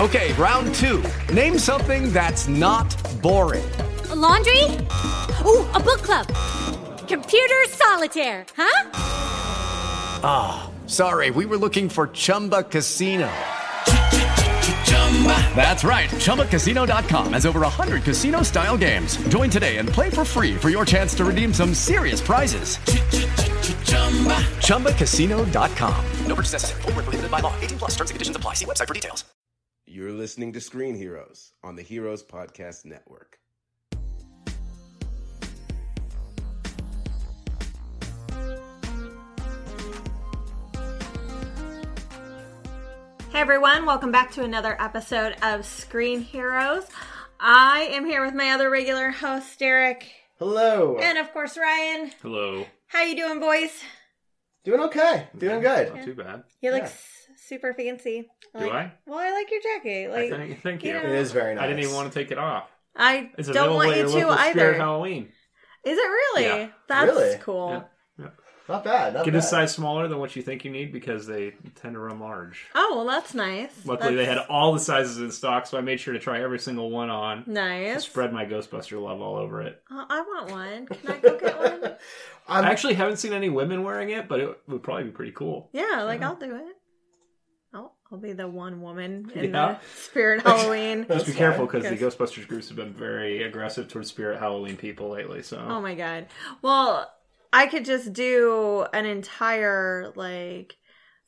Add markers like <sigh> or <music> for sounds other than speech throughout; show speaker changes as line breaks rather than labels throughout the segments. Okay, round two. Name something that's not boring.
A laundry? Ooh, a book club. Computer solitaire, huh?
Sorry, we were looking for Chumba Casino. That's right. ChumbaCasino.com has over 100 casino style games. Join today and play for free for your chance to redeem some serious prizes. ChumbaCasino.com. No purchase necessary. Void where prohibited by law. 18 plus terms and conditions apply. See website for details.
You're listening to Screen Heroes on the Heroes Podcast Network.
Hey everyone, welcome back to another episode of Screen Heroes. I am here with my other regular host, Derek,
Hello.
and of course Ryan.
Hello.
How you doing, boys?
Doing okay. Doing good.
Not too bad.
You look
Yeah.
s- super fancy.
Do
like-
I?
Well, I like your jacket.
I
Like
thank, thank you.
you
It is very nice.
I didn't even want to take it off.
I
It's
don't
available
want
at
you
your
to
local Spirit
either.
Halloween.
Is it really?
Yeah.
That's
Really?
cool.
Yeah. Yeah.
Not bad. Not
Get
bad.
a size smaller than what you think you need because they tend to run large.
Oh well, that's nice.
Luckily, they
That's
had all the sizes in stock, so I made sure to try every single one on.
nice.
Spread my Ghostbuster love all over it.
Oh, I want one. Can I go get
<laughs>
one? Um,
I actually haven't seen any women wearing it, but it would probably be pretty cool.
Yeah, like I'll do it. I'll, I'll be the one woman in
Yeah.
the Spirit
<laughs>
Halloween.
Just be careful because the Ghostbusters groups have been very aggressive towards Spirit Halloween people lately. So
Oh my god. Well, I could just do an entire like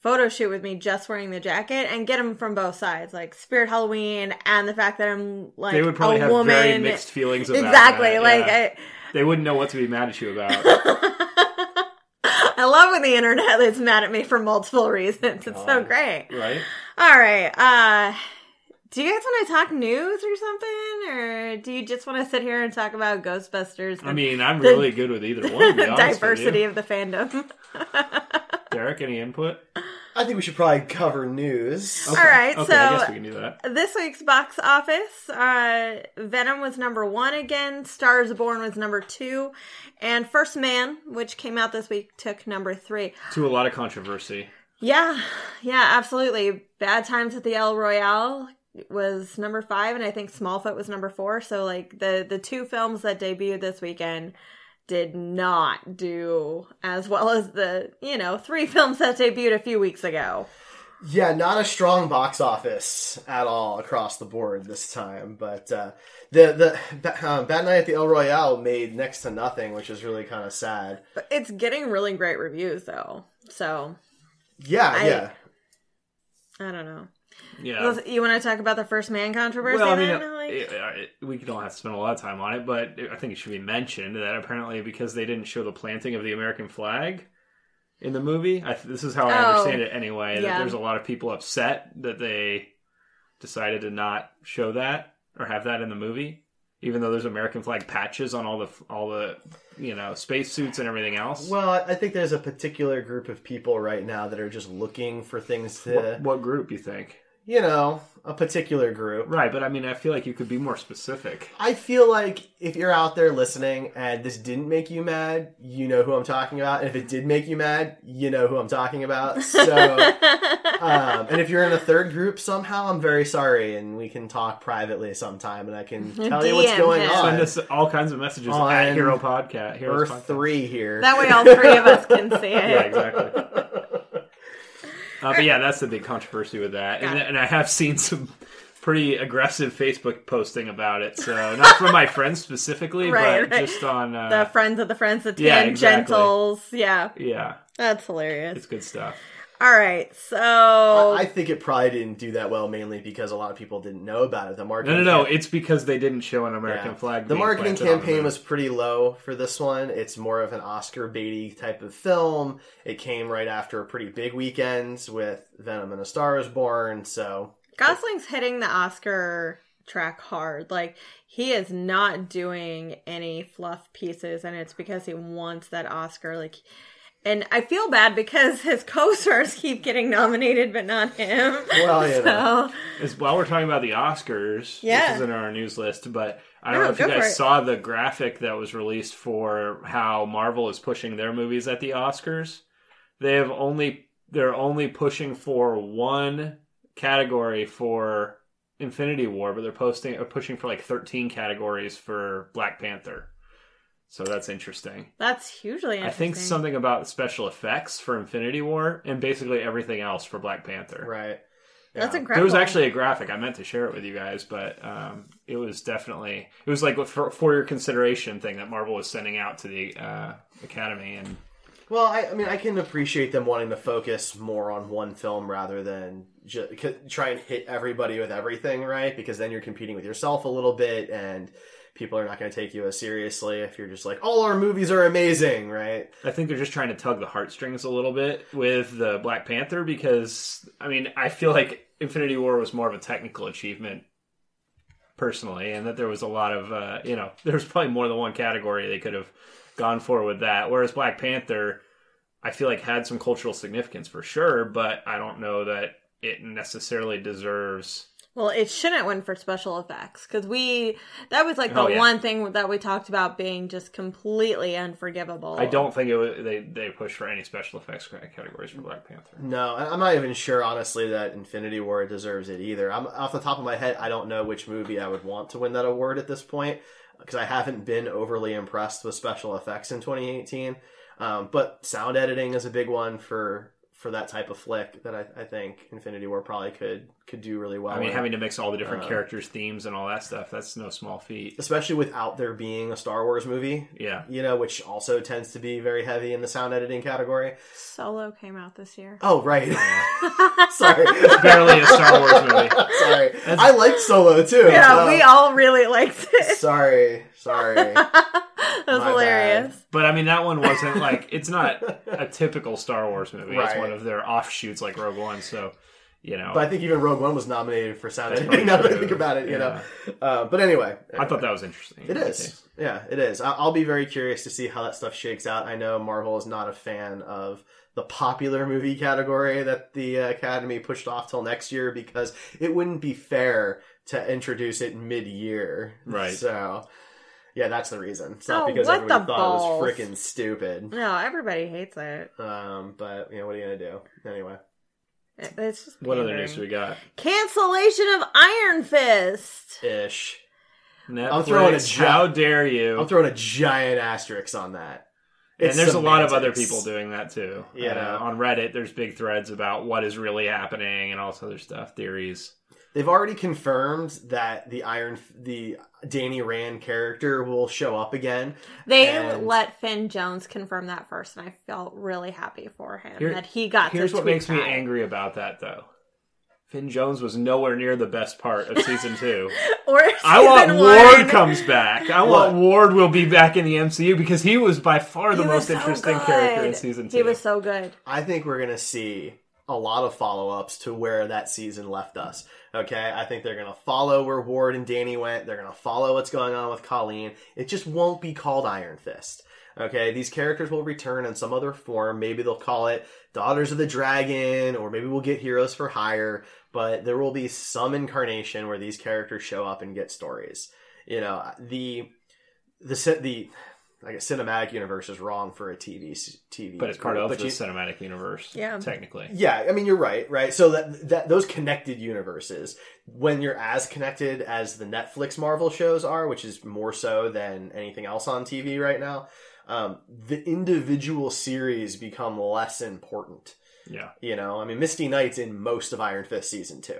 photo shoot with me just wearing the jacket and get them from both sides, like Spirit Halloween and the fact that I'm like
they would probably
a
have
woman.
very mixed feelings about
exactly.
that,
Like
yeah.
I.
they wouldn't know what to be mad at you about.
<laughs> I love when the internet is mad at me for multiple <laughs> reasons. It's so great.
right?
All right. Uh do you guys want to talk news or something or do you just want to sit here and talk about Ghostbusters?
I
and
mean, I'm
The-
really good with either one. to
<laughs>
be
the
honest with
diversity
you.
of the fandom. <laughs>
Derek, any input?
I think we should probably cover news.
Okay.
right,
okay,
so-
I guess we can do that.
This week's box office, uh, Venom was number one again, Stars Born was number two, and First Man, which came out this week, took number three.
To a lot of controversy.
Yeah, yeah, absolutely. Bad Times at the El Royale was number five, and I think Smallfoot was number four. So like the the two films that debuted this weekend did not do as well as the you know three <laughs> films that debuted a few weeks ago.
Yeah, not a strong box office at all across the board this time. But uh, the the Ba- uh, Bad Night at the El Royale made next to nothing, which is really kind of sad.
But it's getting really great reviews though. So
Yeah,
I-
yeah.
I don't know.
Yeah.
You want to talk about the first man controversy?
Well, I mean,
then? Like-
it- it- we don't have to spend a lot of time on it, but I think it should be mentioned that apparently because they didn't show the planting of the American flag in the movie, I, th- this is how I
Oh,
understand it anyway.
yeah.
That there's a lot of people upset that they decided to not show that or have that in the movie, even though there's American flag patches on all the f- all the you know spacesuits and everything else.
Well, I- I think there's a particular group of people right now that are just looking for things to,
what, what group you think?
you know, a particular group.
Right, but I mean, I feel like you could be more specific.
I feel like if you're out there listening and this didn't make you mad, you know who I'm talking about. And if it did make you mad, you know who I'm talking about. So, um, and if you're in a third group somehow, I'm very sorry, and we can talk privately sometime, and I can tell you what's
DM
going
him.
on.
Send us all kinds of messages
On
at Hero Podcast. Heroes
Earth
Podcast.
three here.
that way, all three of us can
<laughs>
see it.
Yeah, exactly.
<laughs>
uh, but yeah, that's the big controversy with that, and, and I have seen some pretty aggressive Facebook posting about it. So not from my friends specifically,
Right,
but
right.
just on.
The
Uh,
friends of the friends, the
Yeah, exactly.
tangentials. Yeah,
yeah,
that's hilarious.
it's good stuff.
All right, so
I think it probably didn't do that well, mainly because a lot of people didn't know about it. The
No,
marketing
no, no.
camp-
It's because they didn't show an American
Yeah.
flag.
The
being
marketing
planted on the
campaign
moon.
was pretty low for this one. It's more of an Oscar baity type of film. It came right after a pretty big weekend with Venom and A Star Is Born. So
Gosling's hitting the Oscar track hard. Like he is not doing any fluff pieces, and it's because he wants that Oscar. Like, and I feel bad because his co-stars keep getting nominated, but not him.
Well, you know.
<laughs> So,
Is while we're talking about the Oscars,
Yeah.
this is in our news list, but I don't
No,
know if you
go for it.
guys saw the graphic that was released for how Marvel is pushing their movies at the Oscars. They have only they're only pushing for one category for Infinity War, but they're posting or pushing for like 13 categories for Black Panther. So that's interesting.
That's hugely interesting.
I think something about special effects for Infinity War and basically everything else for Black Panther.
Right.
That's
Yeah.
incredible.
There was actually a graphic I meant to share it with you guys, but um, it was definitely it was like for, for your consideration thing that Marvel was sending out to the uh, Academy, and
Well, I, I mean, I can appreciate them wanting to focus more on one film rather than ju- c try and hit everybody with everything, right? Because then you're competing with yourself a little bit, and people are not going to take you as seriously if you're just like, all our movies are amazing, right?
I think they're just trying to tug the heartstrings a little bit with the Black Panther because I mean I feel like Infinity War was more of a technical achievement personally, and that there was a lot of uh, you know <laughs> there was probably more than one category they could have gone for with that. Whereas Black Panther, I feel like had some cultural significance for sure, but I don't know that it necessarily deserves.
Well, it shouldn't win for special effects because we that was like the
Oh, yeah.
one thing that we talked about being just completely unforgivable.
I don't think it was, they they pushed for any special effects categories for Black Panther.
No, I- I'm not even sure, honestly, that Infinity War deserves it either. I'm off the top of my head, I don't know which movie I would want to win that award at this point because I haven't been overly impressed with special effects in 2018. Um, but sound editing is a big one for for that type of flick that I, I think Infinity War probably could could do really well.
I mean,
in.
having to mix all the different characters, themes, and all that stuff—that's no small feat.
especially without there being a Star Wars movie,
Yeah.
you know, which also tends to be very heavy in the sound editing category.
Solo came out this year.
Oh, right. <laughs> Sorry.
barely a Star Wars movie. <laughs>
Sorry. I liked Solo too.
Yeah,
so-
we all really liked it. <laughs>
Sorry. Sorry.
That was
My
hilarious.
But I mean, that one wasn't like it's not a typical Star Wars movie. It's
Right.
one of their offshoots, like Rogue One. So you know,
But I think even Rogue One was nominated for sound
That's
editing. Now that I
probably
think
true.
about it, you know.
Yeah.
Uh, but anyway,
I thought that was interesting.
it is. Yeah, it is. I- I'll be very curious to see how that stuff shakes out. I know Marvel is not a fan of the popular movie category that the uh, Academy pushed off till next year because it wouldn't be fair to introduce it mid-year.
Right.
So. Yeah, that's the reason. It's not
Oh,
because
what the
everybody thought
balls.
it was freaking stupid.
No, everybody hates it.
Um, but you know, what are you gonna do anyway?
It- It's just
What other
pandering.
news do we got?
Cancellation of Iron Fist.
Ish.
Netflix,
throwing a jab.
How dare you?
I'm throwing a giant asterisk on that.
and
It's
there's a lot of other
semantics.
people doing that too.
You know.
uh, on Reddit, there's big threads about what is really happening and all this other stuff, theories.
They've already confirmed that the Iron, the Danny Rand character will show up again.
They
And-
let Finn Jones confirm that first, and I felt really happy for him
Here-
that he got.
Here's
to
what
tweet
makes me
that.
angry about that, though. Finn Jones was nowhere near the best part of season
<laughs>
two.
Or
I want
season
Ward
one.
comes back. I want Ward will be back in the MCU because he was by far the
He was
most
so
interesting character in
good.
season two.
He was so good.
I think we're gonna see a lot of follow-ups to where that season left us. Okay, I think they're gonna follow where Ward and Danny went. They're gonna follow what's going on with Colleen. It just won't be called Iron Fist. Okay, these characters will return in some other form. Maybe they'll call it Daughters of the Dragon, or maybe we'll get Heroes for Hire. But there will be some incarnation where these characters show up and get stories. You know, the the cin- the I guess cinematic universe is wrong for a TV s- TV,
but it's part of
but
the
you-
cinematic universe,
Yeah.
technically.
yeah, I mean you're right, right? So that that those connected universes, when you're as connected as the Netflix Marvel shows are, which is more so than anything else on TV right now, um, the individual series become less important.
Yeah,
You know, I mean, Misty Knight's in most of Iron Fist season two,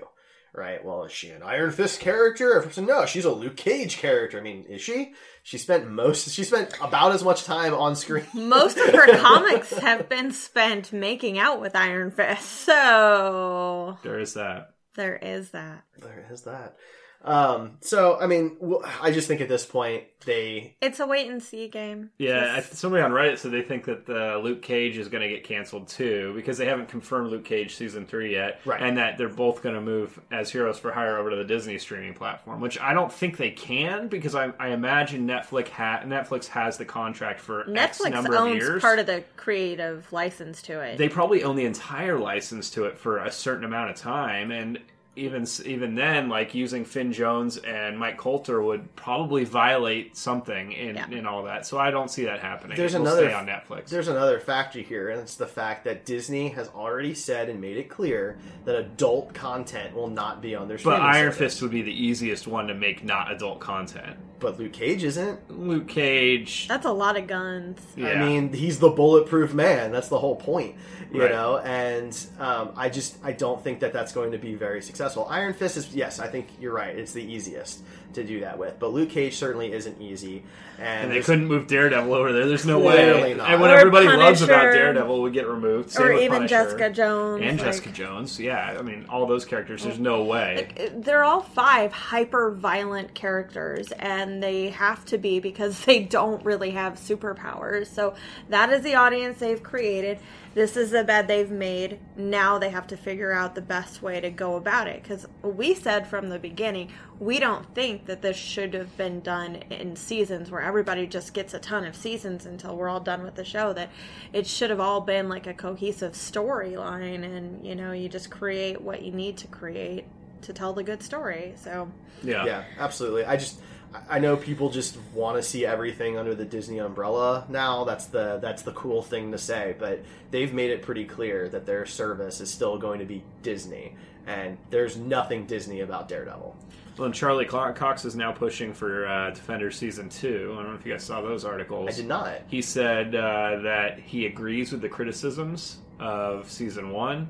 right? Well, is she an Iron Fist character? If so, no, she's a Luke Cage character. I mean, is she? She spent most. She spent about as much time on screen.
Most of her comics have been spent making out with Iron Fist, so
there is that.
there is that.
There is that. Um, so I mean, w- I just think at this point they
It's a wait and see game.
Yeah, I, somebody on Reddit said they think that the Luke Cage is going to get canceled too because they haven't confirmed Luke Cage season three yet,
Right.
and that they're both going to move as Heroes for Hire over to the Disney streaming platform, which I don't think they can because I, I imagine Netflix ha- Netflix has the contract for X
Netflix
number of
owns
years.
part of the creative license to it.
they probably own the entire license to it for a certain amount of time and even even then, like using Finn Jones and Mike Coulter would probably violate something in,
Yeah.
in all that. So I don't see that happening.
There's
It'll
another
stay on Netflix.
There's another factor here, and it's the fact that Disney has already said and made it clear that adult content will not be on their.
But
streaming
Iron
service.
Fist would be the easiest one to make not adult content.
but Luke Cage isn't.
Luke Cage.
That's a lot of guns.
yeah.
I mean, he's the bulletproof man. That's the whole point, you
Right.
know. And um, I just I don't think that that's going to be very successful. Iron Fist is yes, I think you're right. It's the easiest to do that with, but Luke Cage certainly isn't easy. And,
and they
there's-
couldn't move Daredevil over there. There's no
Clearly
way.
not.
And what
Or
everybody loves about
Punisher.
Daredevil would get removed. Same
or
with
even
Punisher.
Jessica Jones.
and
like-
Jessica Jones. Yeah, I mean, all those characters. There's no way.
they're all five hyper violent characters and they have to be because <laughs> they don't really have superpowers so that is the audience they've created this is the bed they've made now they have to figure out the best way to go about it because we said from the beginning we don't think that this should have been done in seasons where everybody just gets a ton of seasons until we're all done with the show that it should have all been like a cohesive storyline and you know you just create what you need to create to tell the good story. So
Yeah.
yeah, absolutely. I just I- I know people just want to see everything under the Disney umbrella now. That's the that's the cool thing to say, but they've made it pretty clear that their service is still going to be Disney, and there's nothing Disney about Daredevil.
Well, and Charlie Clark Cox is now pushing for uh, Defender season two. I don't know if you guys saw those articles.
I did not.
He said uh, that he agrees with the criticisms of season one,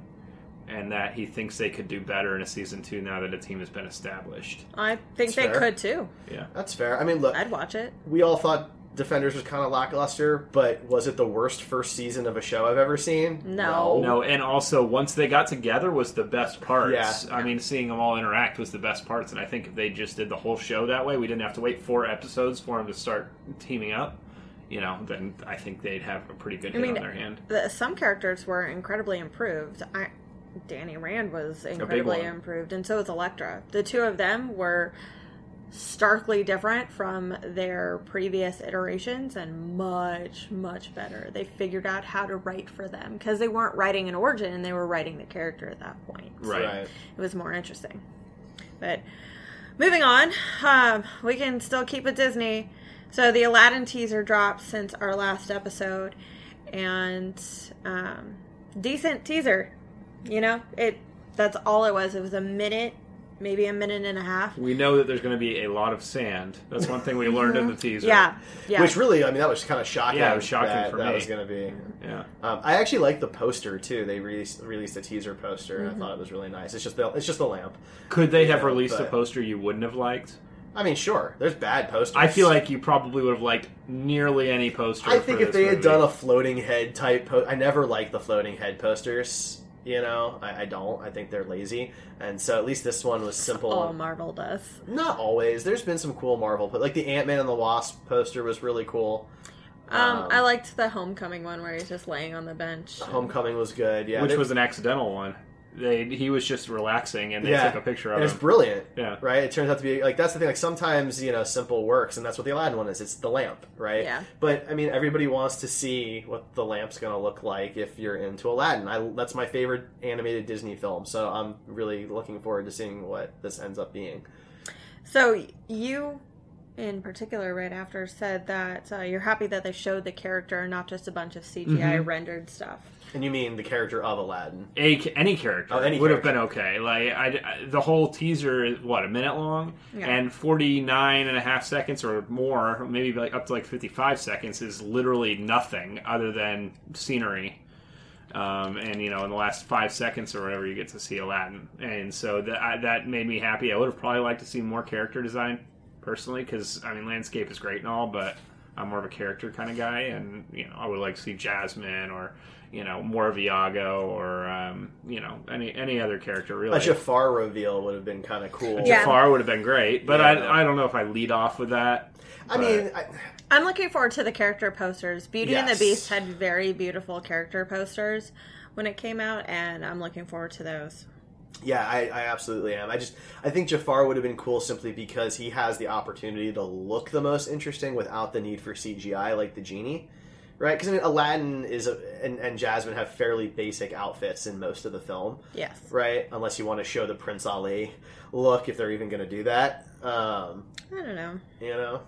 and that he thinks they could do better in a season two now that a team has been established.
I think
That's
they
fair.
could too.
Yeah.
That's fair. I mean, look,
I'd watch it.
we all thought Defenders was kind of lackluster, but was it the worst first season of a show I've ever seen?
No.
No, and also once they got together was the best parts.
Yeah.
I mean, seeing them all interact was the best parts, and I think if they just did the whole show that way, we didn't have to wait four episodes for them to start teaming up. You know, then I think they'd have a pretty good hit
mean,
on their hand.
The, some characters were incredibly improved. I, Danny Rand was incredibly
one.
improved, and so was Elektra. The two of them were starkly different from their previous iterations and much much better they figured out how to write for them because they weren't writing an origin and they were writing the character at that point
Right.
it was more interesting. But moving on, um, we can still keep with Disney. So the Aladdin teaser dropped since our last episode, and um, decent teaser. You know, it that's all it was. It was a minute, maybe a minute and a half.
We know that there's going to be a lot of sand. That's one thing we learned in the teaser.
<laughs> Yeah, yeah.
Which really, I mean, that was kind of shocking.
Yeah, it was shocking
that,
for
that
me.
was going to be.
Yeah.
Um, I actually like the poster too. They released released a teaser poster, and I thought it was really nice. It's just the it's just the lamp.
Could they have
Yeah,
released
but-
a poster you wouldn't have liked?
I mean, sure, there's bad posters.
I feel like you probably would have liked nearly any poster.
I think
for
if
this
they had
movie.
done a floating head type, po- I never like the floating head posters. You know, I, I don't. I think they're lazy, and so at least this one was simple.
all Marvel does.
Not always. There's been some cool Marvel, but like the Ant Man and the Wasp poster was really cool.
Um, I liked the Homecoming one where he's just laying on the bench.
Homecoming was good. Yeah,
which
there-
was an accidental one. They he was just relaxing and they
yeah.
took a picture
and
of
it's
him.
brilliant.
Yeah.
right. It turns out to be like that's the thing. Like sometimes you know simple works, and that's what the Aladdin one is. It's the lamp, right?
Yeah.
But I mean, everybody wants to see what the lamp's going to look like if you're into Aladdin. I that's my favorite animated Disney film, so I'm really looking forward to seeing what this ends up being.
So you, in particular, right after said that uh, you're happy that they showed the character, and not just a bunch of CGI
Mm-hmm.
rendered stuff.
And you mean the character of Aladdin?
a, any character
Oh, any
would have been okay. Like I, I- the whole teaser is what a minute long
Yeah.
and 49 and a half seconds or more, maybe like up to like 55 seconds is literally nothing other than scenery. Um, and you know, in the last five seconds or whatever, you get to see Aladdin, and so that I, that made me happy. I would have probably liked to see more character design personally, because I mean, landscape is great and all, but I'm more of a character kind of guy, and you know, I would like to see Jasmine or you know more of Iago or um, you know any any other character really.
A Jafar reveal would have been kind of cool.
Yeah.
Jafar would have been great, but
Yeah.
I I don't know if I lead off with that.
I mean, I,
I'm looking forward to the character posters. Beauty and
Yes.
the Beast had very beautiful character posters when it came out, and I'm looking forward to those.
Yeah, I, I absolutely am. I just I think Jafar would have been cool simply because he has the opportunity to look the most interesting without the need for CGI like the genie. right? Because I mean, Aladdin is a, and, and Jasmine have fairly basic outfits in most of the film,
Yes.
right? Unless you want to show the Prince Ali look, if they're even going to do that, um,
I don't know.
you know.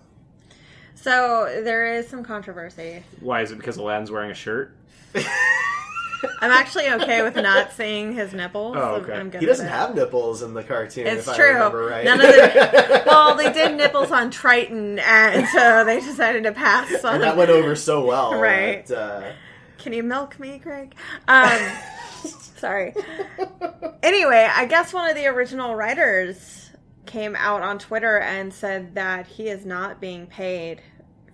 So there is some controversy.
Why is it because Aladdin's wearing a shirt?
I'm actually okay with
<laughs>
not seeing his nipples.
Oh,
I'm-
okay.
I'm good
He
with
doesn't
it.
have nipples in the cartoon.
It's
if
true.
I remember right. <laughs>
None of the well, they did nipples on Triton, and so they decided to pass on.
and that went over so
<laughs>
well,
Right.
that, uh,
Can you milk me, Greg? Um, sorry. Anyway, I guess one of the original writers came out on Twitter and said that he is not being paid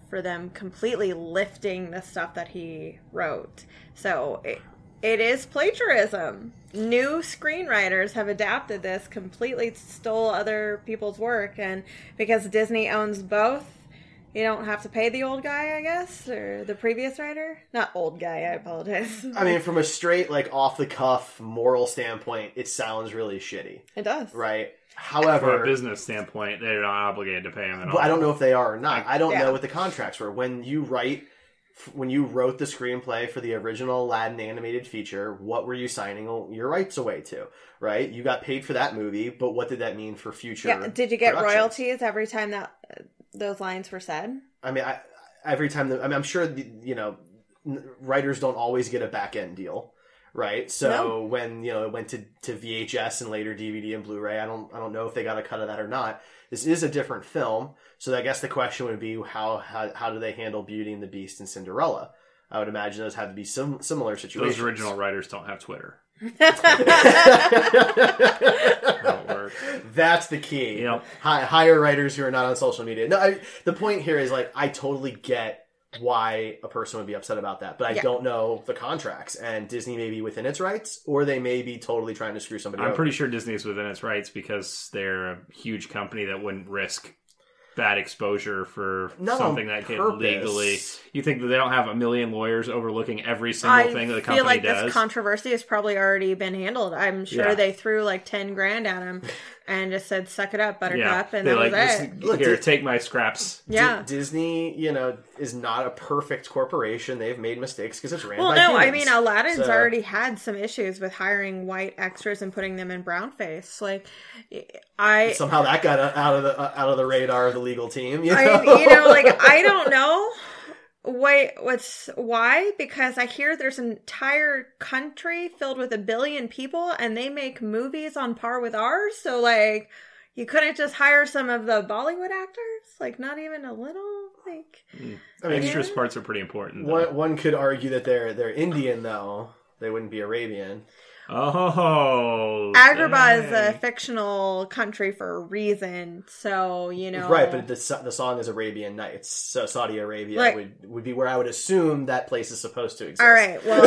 for them completely lifting the stuff that he wrote. So it, it is plagiarism. New screenwriters have adapted this completely, stole other people's work, and because Disney owns both, you don't have to pay the old guy, I guess, or the previous writer. Not old guy, I apologize. <laughs>
I mean, from a straight like off the cuff moral standpoint, it sounds really shitty,
It does.
right?
From a
However,
business standpoint, they're not obligated to pay him at all.
But I don't know if they are or not. I don't
Yeah.
know what the contracts were. When you write, f- when you wrote the screenplay for the original Aladdin animated feature, what were you signing al- your rights away to? Right? You got paid for that movie, but what did that mean for future?
Yeah. Did you get
productions?
royalties every time that uh, those lines were said?
I mean, I, every time. The, I mean, I'm sure the, you know n- writers don't always get a back end deal, right? So
No.
when you know it went to, to VHS and later DVD and Blu-ray, I don't I don't know if they got a cut of that or not. This is a different film, so I guess the question would be how how, how do they handle Beauty and the Beast and Cinderella? I would imagine those have to be some similar situations.
Those original writers don't
<laughs>
have Twitter. Don't work.
That's the key.
Yep.
Hi, hire writers who are not on social media. No, I, the point here is like I totally get why a person would be upset about that, but I
Yeah.
don't know the contracts. And Disney may be within its rights, or they may be totally trying to screw somebody.
I'm
over.
pretty sure Disney's within its rights because they're a huge company that wouldn't risk bad exposure for
Not on
something that could
purpose.
legally. You think that they don't have a million lawyers overlooking every single
I
thing that the company
feel like
does?
this controversy has probably already been handled. I'm sure
Yeah.
they threw like ten grand at
<laughs>
him and just said, "Suck it up, Buttercup," and
they
that
like
was
just,
it.
Look,
here,
Di-
take my scraps.
Di-
Yeah.
Disney, you know, is not a perfect corporation. They've made mistakes because it's ran.
Well,
by
no, I
humans.
mean Aladdin's
So-
already had some issues with hiring white extras and putting them in brown face. Like, I
Somehow that got uh, out of the out of the radar of the legal team. You know,
I mean, you know, like I don't know. Wait, what's why? Because I hear there's an entire country filled with a billion people, and they make movies on par with ours. So, like, you couldn't just hire some of the Bollywood actors, like, not even a little. Like,
<laughs> I mean,
Extras parts are pretty important. though.
one, one could argue that they're they're Indian though. They wouldn't be Arabian.
Oh,
Agrabah is
dang.
a fictional country for a reason. So, you know,
Right, but the, so- the song is Arabian Nights, so Saudi Arabia
Right.
would, would be where I would assume that place is supposed to exist.
All right. Well,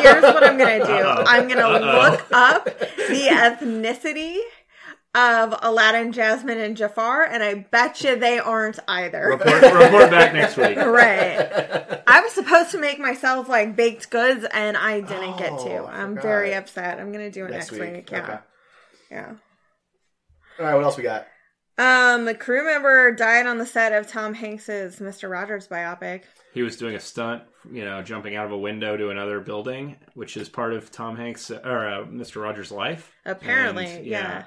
here's what I'm going to do.
Uh-oh.
I'm going to
Uh-oh.
look up the ethnicity of Aladdin, Jasmine, and Jafar, and I bet you they aren't either.
report, report back
<laughs>
next week.
right. I was supposed to make myself like baked goods, and I didn't get to.
Oh, I
I'm
forgot.
very upset. I'm going to do it next, week. Yeah.
Okay.
Yeah.
All right, what else we got?
Um, a crew member died on the set of Tom Hanks's Mr. Rogers biopic.
He was doing a stunt, you know, jumping out of a window to another building, which is part of Tom Hanks or uh, Mr. Rogers' life.
Apparently, yeah.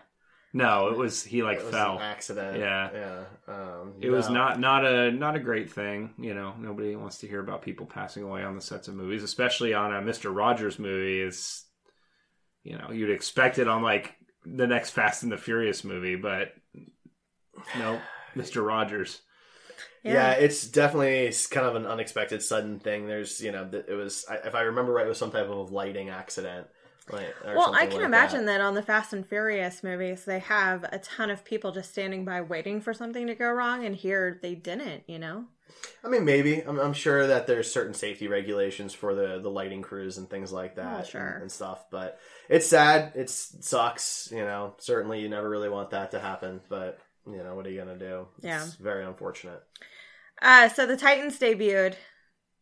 No, it was he like
It was
fell.
an accident.
Yeah.
yeah. Um,
It was
no.
not not a not a great thing, you know. Nobody wants to hear about people passing away on the sets of movies, especially on a Mr. Rogers movie. It's you know you'd expect it on like the next Fast and the Furious movie, but no, Mr. Rogers.
Yeah. it's definitely s- kind of an unexpected, sudden thing. There's, you know, th- it was. I- If I remember right, it was some type of lighting accident. Like, or
Well,
something
I can
like
imagine that. on the Fast and Furious movies, they have a ton of people just standing by waiting for something to go wrong, and here they didn't, you know?
I mean, maybe. I'm, I'm sure that there's certain safety regulations for the, the lighting crews and things like that and-
Oh, sure.
and, stuff. But it's sad. It's, it sucks. You know, certainly you never really want that to happen. But, you know, what are you going to do?
Yeah.
It's very unfortunate.
Uh, so the Titans debuted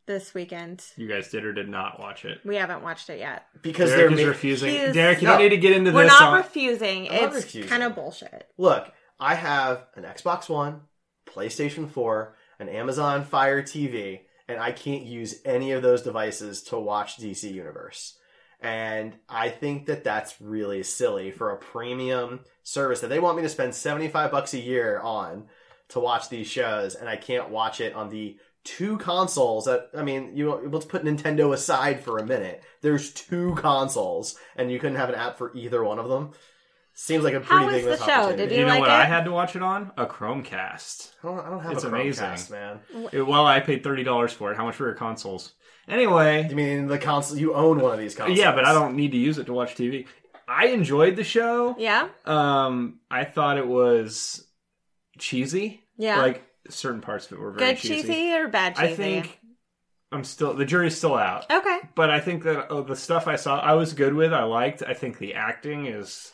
this weekend.
You guys did or did not watch it?
We haven't watched it yet.
Because they're.
Derek is
ma-
refusing.
He is-
Derek, you
No.
don't need to get into
We're
this.
not
on-
refusing.
I'm not
it's
refusing.
kind of bullshit.
Look, I have an Xbox One, PlayStation 4, an Amazon Fire TV, and I can't use any of those devices to watch DC Universe. And I think that that's really silly for a premium service that they want me to spend 75 bucks a year on to watch these shows and I can't watch it on the two consoles that I mean, you let's put Nintendo aside for a minute. There's two consoles and you couldn't have an app for either one of them. Seems like a pretty
How was
big
the
missed
show?
opportunity.
Did
You,
You
know
like
what
it?
I had to watch it on? A Chromecast.
I don't, I don't have
It's
a
amazing.
Chromecast, man.
It- Well, I paid thirty dollars for it. How much were your consoles? Anyway,
You mean the console? You own one of these consoles?
yeah, but I don't need to use it to watch TV. I enjoyed the show.
Yeah.
Um, I thought it was cheesy.
Yeah.
like certain parts of it were very
Good cheesy or bad cheesy?
I think I'm still the jury's still out.
Okay.
But I think that uh, the stuff I saw, I was good with. I liked. I think the acting is,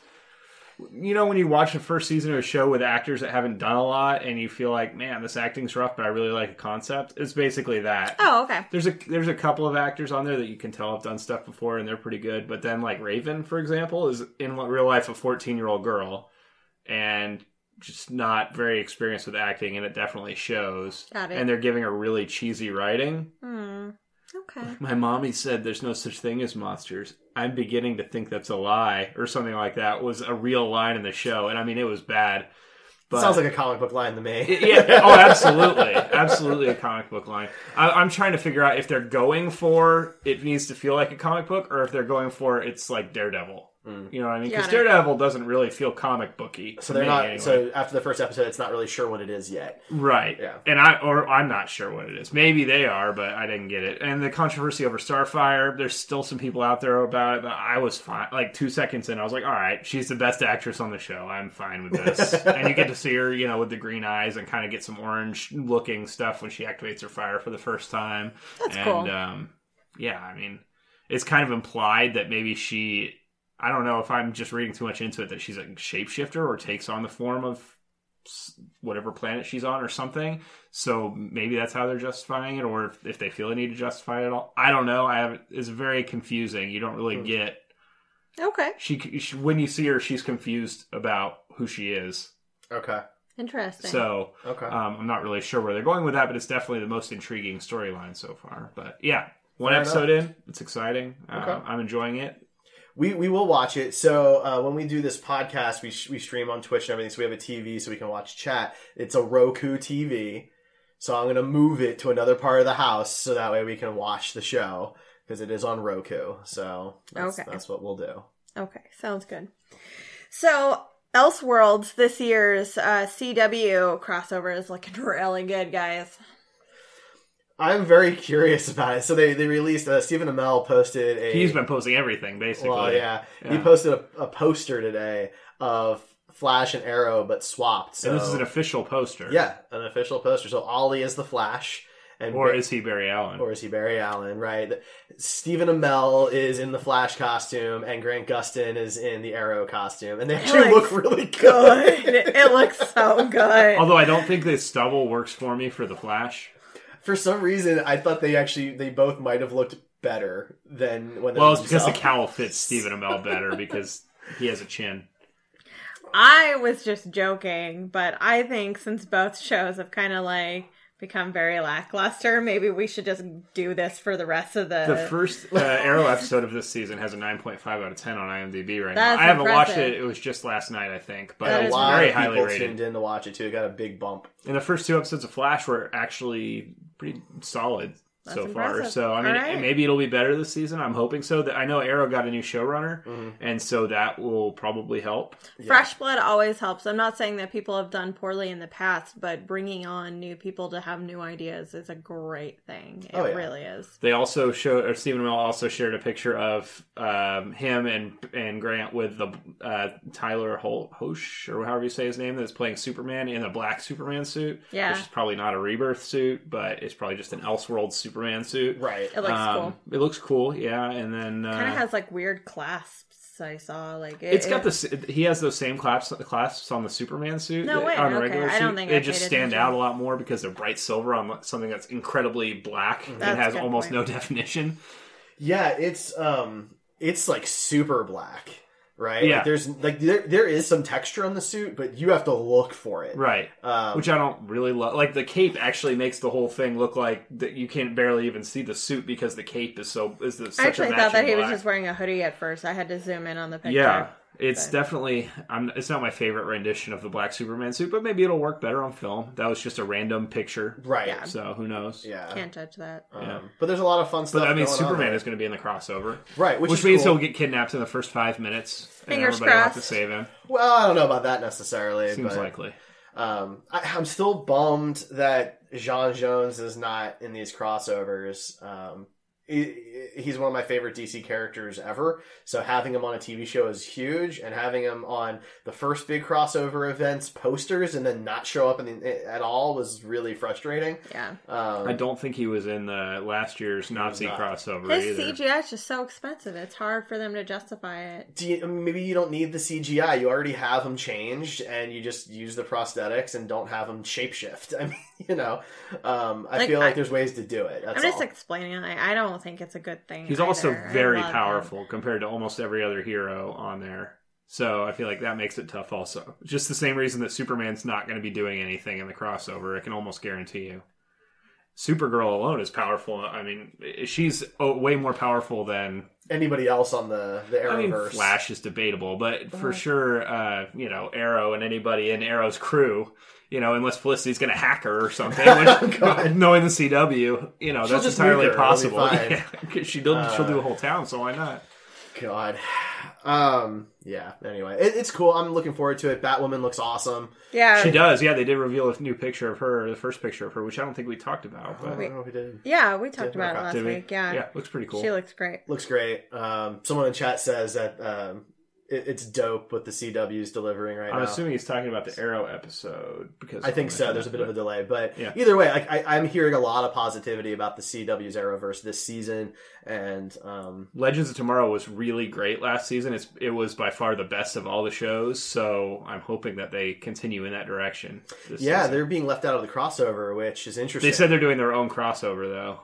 you know, when you watch the first season of a show with actors that haven't done a lot, and you feel like, man, this acting's rough, but I really like the concept. It's basically that.
Oh, okay.
There's a there's a couple of actors on there that you can tell have done stuff before, and they're pretty good. But then, like Raven, for example, is in real life a 14 year old girl, and just not very experienced with acting, and it definitely shows.
Got it.
And they're giving her really cheesy writing.
Hmm. Okay.
My mommy said there's no such thing as monsters. I'm beginning to think that's a lie or something like that was a real line in the show. And I mean, it was bad. But
Sounds like a comic book line to me.
<laughs> yeah. Oh, absolutely. Absolutely a comic book line. I, I'm trying to figure out if they're going for it needs to feel like a comic book or if they're going for it's like Daredevil. You know what I mean? Because
Got it.
Daredevil doesn't really feel comic booky.
Mm. So
to
they're
me,
not.
anyway.
So after the first episode, it's not really sure what it is yet.
Right.
Yeah.
And I or I'm not sure what it is. Maybe they are, but I didn't get it. And the controversy over Starfire, there's still some people out there about it, but I was fine. Like two seconds in, I was like, all right, she's the best actress on the show. I'm fine with this. and you get to see her, you know, with the green eyes and kind of get some orange looking stuff when she activates her fire for the first time. That's and,
cool.
um yeah, I mean, it's kind of implied that maybe she I don't know if I'm just reading too much into it that she's a shapeshifter or takes on the form of s- whatever planet she's on or something. So maybe that's how they're justifying it, or if, if they feel the need to justify it at all. I don't know. I have it's very confusing. You don't
Hmm.
really get
Okay.
she, she when you see her, she's confused about who she is.
Okay.
Interesting.
So
Okay.
um, I'm not really sure where they're going with that, but it's definitely the most intriguing storyline so far. But yeah, one
Fair
episode in, it's exciting. Um, I'm enjoying it.
we we will watch it. So uh, when we do this podcast, we sh- we stream on Twitch and everything. So we have a TV, so we can watch chat. It's a Roku TV. So I'm gonna move it to another part of the house, so that way we can watch the show because it is on Roku. So that's,
Okay.
that's what we'll do.
Okay, sounds good. So, Elseworlds this year's uh, CW crossover is looking <laughs> really good, guys.
I'm very curious about it. So they they released uh, Stephen Amell posted a
He's been posting everything basically.
Well, yeah. He
Yeah.
posted a, a poster today of Flash and Arrow, but swapped. So
And this is an official poster.
yeah, an official poster. So Ollie is the Flash, and
Or
Bar-
is he Barry Allen?
or is he Barry Allen? Right. Stephen Amell is in the Flash costume, and Grant Gustin is in the Arrow costume, and they actually
Like-
look really good.
<laughs> It, it looks so good.
Although I don't think this stubble works for me for the Flash.
<laughs> For some reason, I thought they actually they both might have looked better than when. they
Well, it's because the
themselves.
cowl
<laughs>
fits Stephen Amell better because he has a chin.
I was just joking, but I think since both shows have kind of like become very lackluster, maybe we should just do this for the rest of <laughs> the.
The first uh, Arrow episode of this season has a 9.5 out of 10 on IMDb right
That's
now. I haven't watched
impressive.
it; it was just last night, I think. But
And
That
a
is
it's
lot
very
of
highly
people
rated.
tuned in to watch it too. It Got a big bump.
And the first two episodes of Flash were actually pretty solid so far.
impressive.
So I mean,
All right.
maybe it'll be better this season. I'm hoping so. That I know Arrow got a new showrunner,
Mm-hmm.
and so that will probably help.
Fresh blood always helps. I'm not saying that people have done poorly in the past, but bringing on new people to have new ideas is a great thing. It
Oh, yeah.
really is.
They also show or Stephen Amell also shared a picture of um, him and and Grant with the uh, Tyler Hol- Hosh or however you say his name that's playing Superman in a black Superman suit,
Yeah.
which is probably not a rebirth suit, but it's probably just an Elseworld Superman suit.
Right.
It looks
Um,
cool.
It looks cool, yeah. And then uh,
kind of has like weird clasps I saw. Like it,
It's got the s- he has those same clasps clasps on the Superman suit.
No
that-
way,
On a
okay.
regular
I don't
suit.
think I
they just
paid
stand
attention.
out a lot more because they're bright silver on something that's incredibly black
That's
and
a
has
good
<laughs> almost
point.
no definition.
Yeah, it's um, it's like super black. right?
Yeah.
Like there's like there there is some texture on the suit, but you have to look for it.
Right.
Um,
Which I don't really love. Like the cape actually makes the whole thing look like that you can barely even see the suit because the cape is so is the, such
I actually
a
thought that
matching
he was
black.
just wearing a hoodie at first. I had to zoom in on the picture.
yeah. It's
but-
definitely I'm it's not my favorite rendition of the black Superman suit, but maybe it'll work better on film. That was just a random picture.
Right.
Yeah.
So who knows?
Yeah.
Can't judge that.
Um,
Yeah.
But there's a lot of fun stuff.
But I mean,
going on
Superman
there.
is going to be in the crossover,
Right, which is
means
cool.
he'll get kidnapped in the first five minutes,
Fingers
and everybody will have to
crossed.
save him.
Well, I don't know about that necessarily.
Seems
but,
likely.
Um, I, I'm still bummed that John Jones is not in these crossovers. Um, he- he's one of my favorite DC characters ever. So having him on a TV show is huge, and having him on the first big crossover events posters and then not show up in the, at all was really frustrating.
Yeah.
Um,
I don't think he was in the last year's Nazi
not.
crossover
His
either.
CGI is just so expensive. It's hard for them to justify it.
do you, maybe you don't need the CGI. You already have them changed, and you just use the prosthetics and don't have them shapeshift. <laughs> I mean, you know, um, I
Like,
feel like
I-
there's ways to do it. That's
I'm just
all.
explaining. Like, I don't think it's a good thing.
He's
either.
also
I
very
love him.
powerful compared to almost every other hero on there. So I feel like that makes it tough also. Just the same reason that Superman's not going to be doing anything in the crossover, I can almost guarantee you. Supergirl alone is powerful. I mean, she's oh, way more powerful than
anybody else on the the
I mean,
Arrowverse.
Flash is debatable, but for sure, uh, you know, Arrow and anybody in Arrow's crew, you know, unless Felicity's going to hack her or something,
<laughs>
which,
Oh, God.
<laughs> knowing the CW, you know,
She'll
that's
just
entirely
nuke her, it'll be
possible.
fine.
<laughs>
Uh,
Yeah, 'cause she will she'll do a whole town, so why not?
God, um, yeah. Anyway, it, it's cool. I'm looking forward to it. Batwoman looks awesome.
Yeah.
She does, yeah. They did reveal a new picture of her, the first picture of her, which I don't think we talked about, but
I don't know if we did.
Yeah, we talked about it
okay.
last
did we?
week. Yeah.
looks pretty cool.
She looks great.
Looks great. Um, someone in chat says that um, it, it's dope what the CW's delivering right
I'm
now.
assuming he's talking about the Arrow episode because
I think so. There's a bit of a delay, but
Yeah.
either way, like I, I'm hearing a lot of positivity about the CW's Arrowverse this season, and um,
Legends of Tomorrow was really great last season. It's it was by far the best of all the shows, so I'm hoping that they continue in that direction. this
yeah,
season.
they're being left out of the crossover, which is interesting.
they said they're doing their own crossover though.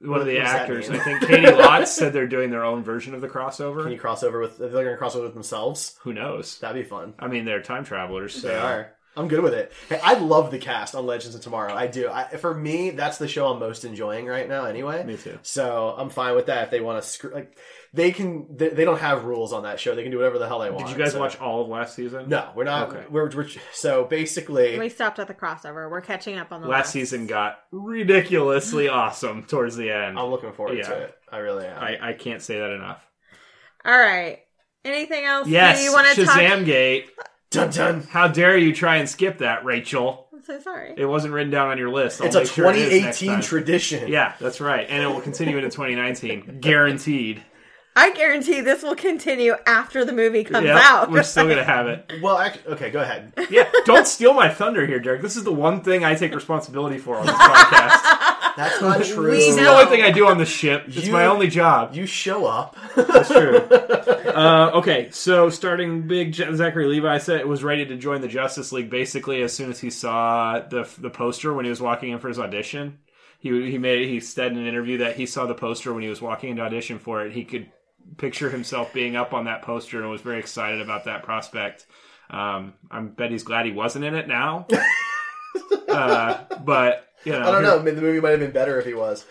One
What-
of the
what does that
actors, I
mean?
think
<laughs>
Katie Lotz said they're doing their own version of the crossover.
Can you cross over with they're going to cross over with themselves.
Who knows?
That'd be fun.
I mean, they're time travelers. So.
They are. I'm good with it. Hey, I love the cast on Legends of Tomorrow. I do. I, for me, that's the show I'm most enjoying right now. Anyway,
Me too.
So I'm fine with that. If they want to screw, like they can, they, they don't have rules on that show. They can do whatever the hell they want.
Did you guys
so-
watch all of last season?
No, we're not.
Okay.
We're, we're so basically
We stopped at the crossover. We're catching up on the
Last season got ridiculously awesome towards the end.
I'm looking forward
Yeah.
to it. I really am.
I, I can't say that enough.
All right. Anything else?
Yes,
Do you want to talk?
Shazam Gate.
dun dun.
How dare you try and skip that, Rachel?
I'm so sorry.
It wasn't written down on your list. I'll
It's a
make sure it is
2018
next time.
tradition.
Yeah, that's right, and it will continue
<laughs>
into 2019, guaranteed.
I guarantee this will continue after the movie comes
Yeah,
out.
we're still gonna have it.
Well, act okay, go ahead.
Yeah, don't steal my thunder here, Derek. This is the one thing I take responsibility for
<laughs>
on this podcast.
That's not true.
It's the only thing I do on the ship. It's
You-
my only job.
You show up.
That's true. Uh, okay, so starting big, J- Zachary Levi said was ready to join the Justice League basically as soon as he saw the the poster when he was walking in for his audition. He he made he said in an interview that he saw the poster when he was walking in to audition for it. He could picture himself being up on that poster and was very excited about that prospect. Um, I bet he's glad he wasn't in
<laughs>
it now. uh, but you know,
I don't know. I mean, the movie might have been better if he was.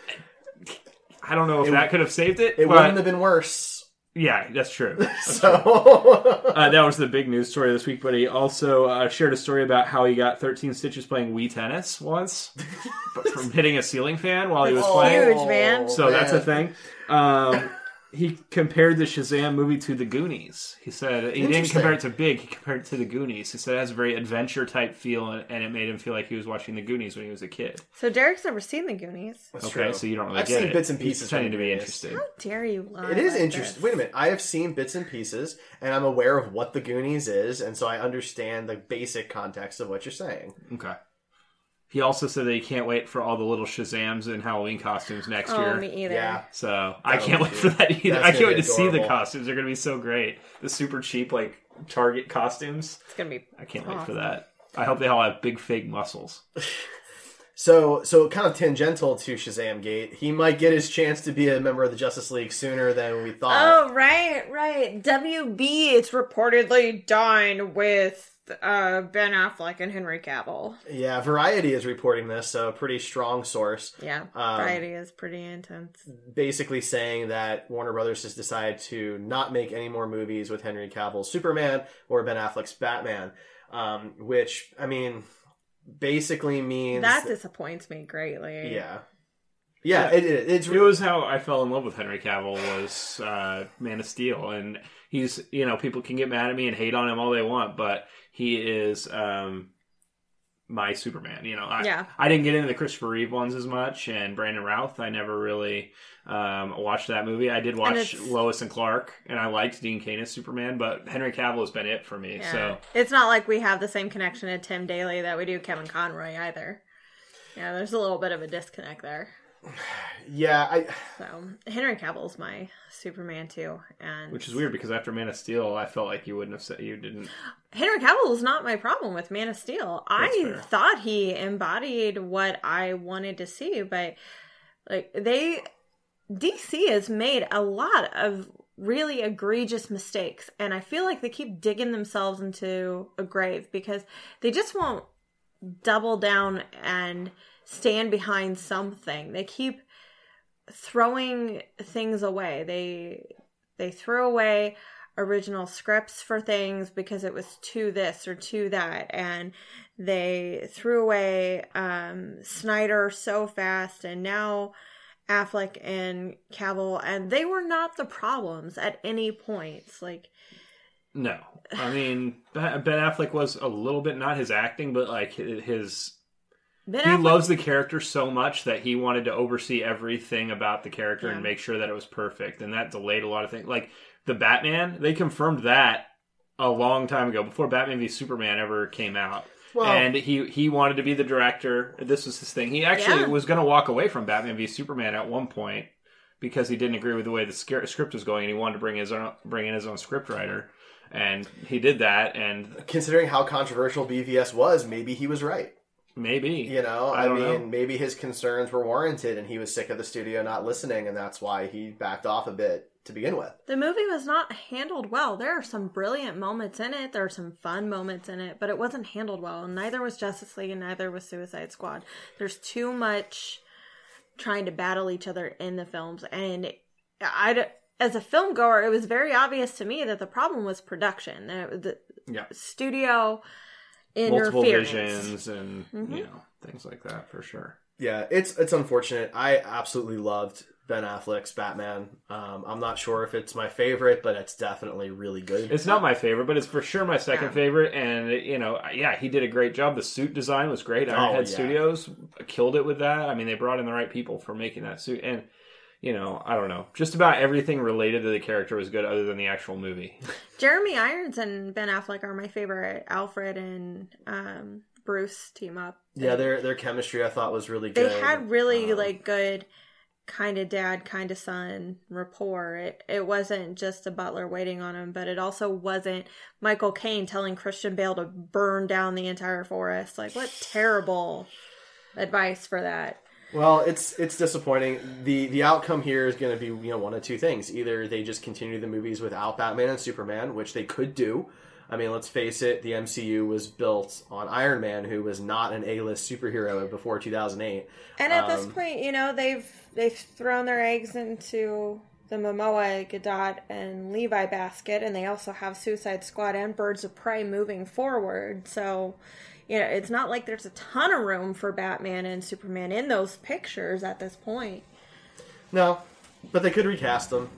I don't know if that could have saved it.
It
but
wouldn't have been worse.
yeah, that's true.
So <laughs>
Uh, that was the big news story this week, but he also uh, shared a story about how he got 13 stitches playing Wii tennis once
<laughs>
but from hitting a ceiling fan while he was
Oh,
playing.
Huge, man.
So that's a
man. <laughs>
thing. Um, he compared the Shazam movie to The Goonies. He said he didn't
Interesting.
compare it to Big. He compared it to The Goonies. He said it has a very adventure type feel, and, and it made him feel like he was watching The Goonies when he was a kid.
<laughs> So Derek's never seen the Goonies. How
That's
okay,
true.
so you don't really
I've
get
seen
it.
bits and
He's
pieces
pretending
from
to be
Goonies.
interested.
dare you lie?
It is
like
interesting.
this?
Wait a minute. I have seen bits and pieces, and I'm aware of what the Goonies is, and so I understand the basic context of what you're saying.
Okay. He also said that he can't wait for all the little Shazams in Halloween costumes next year.
Oh, me either.
Yeah.
So I can't
be
wait for that
That's
either.
gonna
I can't wait
be
to see the
adorable.
costumes. They're going to be so great. The super cheap like Target costumes.
It's gonna be.
I can't wait for that. I hope they all have big fake muscles.
So, so kind of tangential to Shazam Gate, he might get his chance to be a member of the Justice League sooner than we thought.
Oh, right, right. WB, it's reportedly done with uh, Ben Affleck and Henry Cavill.
Yeah, Variety is reporting this, so a pretty strong source.
Yeah,
Um,
variety is pretty intense.
basically saying that Warner Brothers has decided to not make any more movies with Henry Cavill's Superman or Ben Affleck's Batman, um, which I mean, basically means
That disappoints me greatly.
yeah, yeah, it, it, it's
It was how I fell in love with Henry Cavill was uh, Man of Steel, and he's you know people can get mad at me and hate on him all they want, but he is um, my Superman. You know, I,
Yeah.
I didn't get into the Christopher Reeve ones as much, and Brandon Routh. I never really um, watched that movie. I did watch
it's-
Lois and Clark, and I liked Dean Cain as Superman, but Henry Cavill has been it for me.
Yeah.
So
It's not like we have the same connection to Tim Daly that we do Kevin Conroy either. Yeah, there's a little bit of a disconnect there.
yeah, I
So Henry Cavill's my Superman too, and
which is weird because after Man of Steel, I felt like you wouldn't have said you didn't.
Henry Cavill was not my problem with Man of Steel.
That's
I
fair.
thought he embodied what I wanted to see, but like they DC has made a lot of really egregious mistakes and I feel like they keep digging themselves into a grave because they just won't double down and stand behind something. They keep throwing things away. They they threw away original scripts for things because it was too this or too that and they threw away um Snyder so fast and now Affleck and Cavill and they were not the problems at any points like
No, I mean Ben Ben Affleck was a little bit not his acting, but like his
Ben
he
Affleck
loves the character so much that he wanted to oversee everything about the character
Yeah.
and make sure that it was perfect and that delayed a lot of things like the batman they confirmed that a long time ago before batman v superman ever came out
Well-
and he he wanted to be the director this was his thing he actually
Yeah.
was going to walk away from batman v superman at one point because he didn't agree with the way the scar- script was going and he wanted to bring his own bring in his own script writer and he did that and
considering how controversial BVS was, maybe he was right.
maybe
You know,
I
I,
don't
mean,
know.
maybe his concerns were warranted, and he was sick of the studio not listening, and that's why he backed off a bit to begin with.
the movie was not handled well. There are some brilliant moments in it. There are some fun moments in it, but it wasn't handled well. And neither was Justice League and neither was Suicide Squad. There's too much trying to battle each other in the films. And I, d- as a film goer, it was very obvious to me that the problem was production. The, the
Yeah.
studio
multiple
interference.
visions and you know things like that for sure.
Yeah, it's it's unfortunate. I absolutely loved Ben Affleck's Batman. Um, I'm not sure if it's my favorite, but it's definitely really good.
It's not my favorite, but it's for sure my second
Yeah.
favorite. And you know, yeah, he did a great job. The suit design was great. Ironhead
Oh, yeah.
Studios killed it with that. I mean, they brought in the right people for making that suit. And you know, I don't know, just about everything related to the character was good, other than the actual movie. <laughs>
Jeremy Irons and Ben Affleck are my favorite. Alfred and um, Bruce team up.
Yeah, their their chemistry I thought was really
they
good.
had really
Um,
like good kind of dad kind of son rapport it, it wasn't just a butler waiting on him but it also wasn't michael caine telling christian bale to burn down the entire forest like what terrible advice for that
Well, it's it's disappointing. the The outcome here is going to be you know one of two things: either they just continue the movies without Batman and Superman, which they could do. I mean, let's face it, the MCU was built on Iron Man, who was not an A list superhero before 2008.
and at this
Um,
point you know they've they've thrown their eggs into the Momoa, Gadot, and Levi basket, and they also have Suicide Squad and Birds of Prey moving forward. So, you know, it's not like there's a ton of room for Batman and Superman in those pictures at this point.
No, but they could recast them.